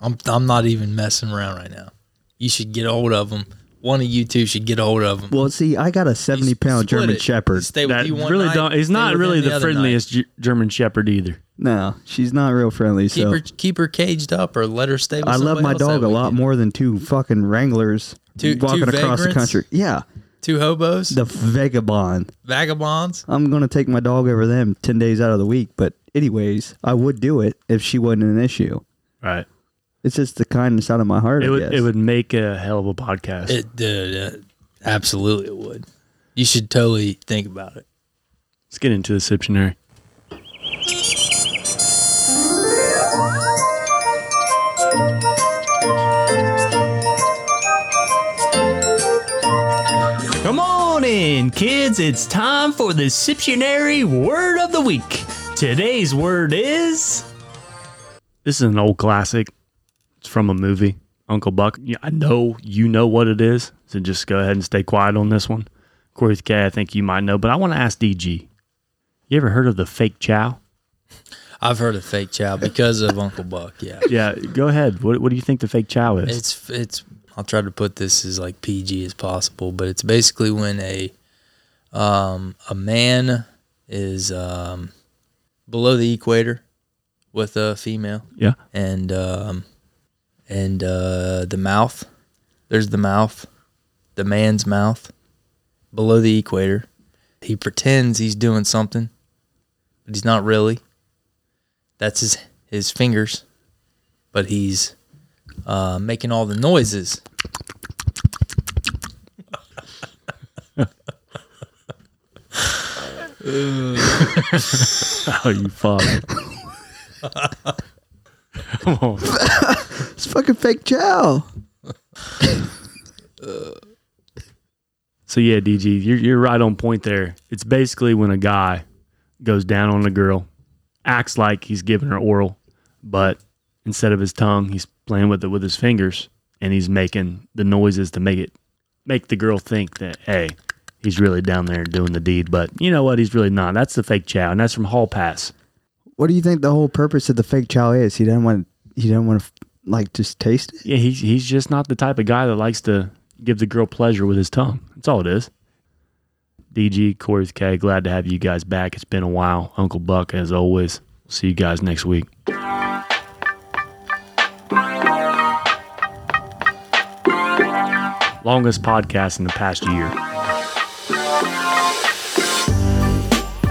I'm I'm not even messing around right now. You should get a hold of them. One of you two should get a hold of them.
well, see, I got a seventy-pound German Shepherd.
Stay with
That
you one
really
night,
don't. He's
stay
not
with
really
him
the,
other night.
friendliest G- German Shepherd either.
No, she's not real friendly.
Keep
so
her keep her caged up or let her stay. with
I love
somebody
my
else that
dog a lot
weekend.
more than two fucking Wranglers
Two- two
walking across the
vagrants?
country. Yeah,
Two hobos,
the vagabond.
vagabonds.
I'm gonna take my dog over them ten days out of the week. But anyways, I would do it if she wasn't an issue.
Right.
It's just the kindness out of my heart.
It
I
would.
guess.
It would make a hell of a podcast.
It dude, it absolutely would. You should totally think about it.
Let's get into the dictionary.
Come on in, kids. It's time for the Siptionary Word of the Week. Today's word is.
This is an old classic. It's from a movie, Uncle Buck. Yeah, I know you know what it is, so just go ahead and stay quiet on this one. Corey K, I think you might know, but I want to ask DG. You ever heard of the fake chow?
I've heard of fake chow because of Uncle Buck. Yeah,
Yeah, go ahead. What, what do you think the fake chow is?
it's it's. I'll try to put this as like PG as possible, but it's basically when a um, a man is um, below the equator with a female,
yeah.
and um, and uh, the mouth. There's the mouth, the man's mouth, below the equator. He pretends he's doing something, but he's not really. That's his his fingers, but he's uh, making all the noises.
Oh, you fuck. Come on.
It's fucking fake chow.
So yeah, DG, you're you're right on point there. It's basically when a guy goes down on a girl, acts like he's giving her oral, but instead of his tongue, he's playing with it with his fingers, and he's making the noises to make it make the girl think that hey, he's really down there doing the deed. But you know what? He's really not. That's the fake chow, and that's from Hall Pass.
What do you think the whole purpose of the fake chow is? He doesn't want. He doesn't want to like just taste it.
Yeah, he's he's just not the type of guy that likes to give the girl pleasure with his tongue. That's all it is. DG, Corey's K, glad to have you guys back. It's been a while. Uncle Buck, as always. See you guys next week. Longest podcast in the past year.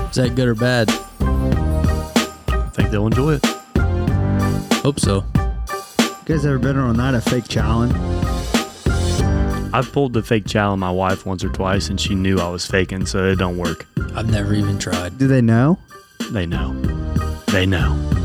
Is that good or bad?
I think they'll enjoy it.
Hope so.
You guys ever been on a night of fake challenge?
I've pulled the fake chow on my wife once or twice, and she knew I was faking, so it don't work.
I've never even tried.
Do they know?
They know. They know.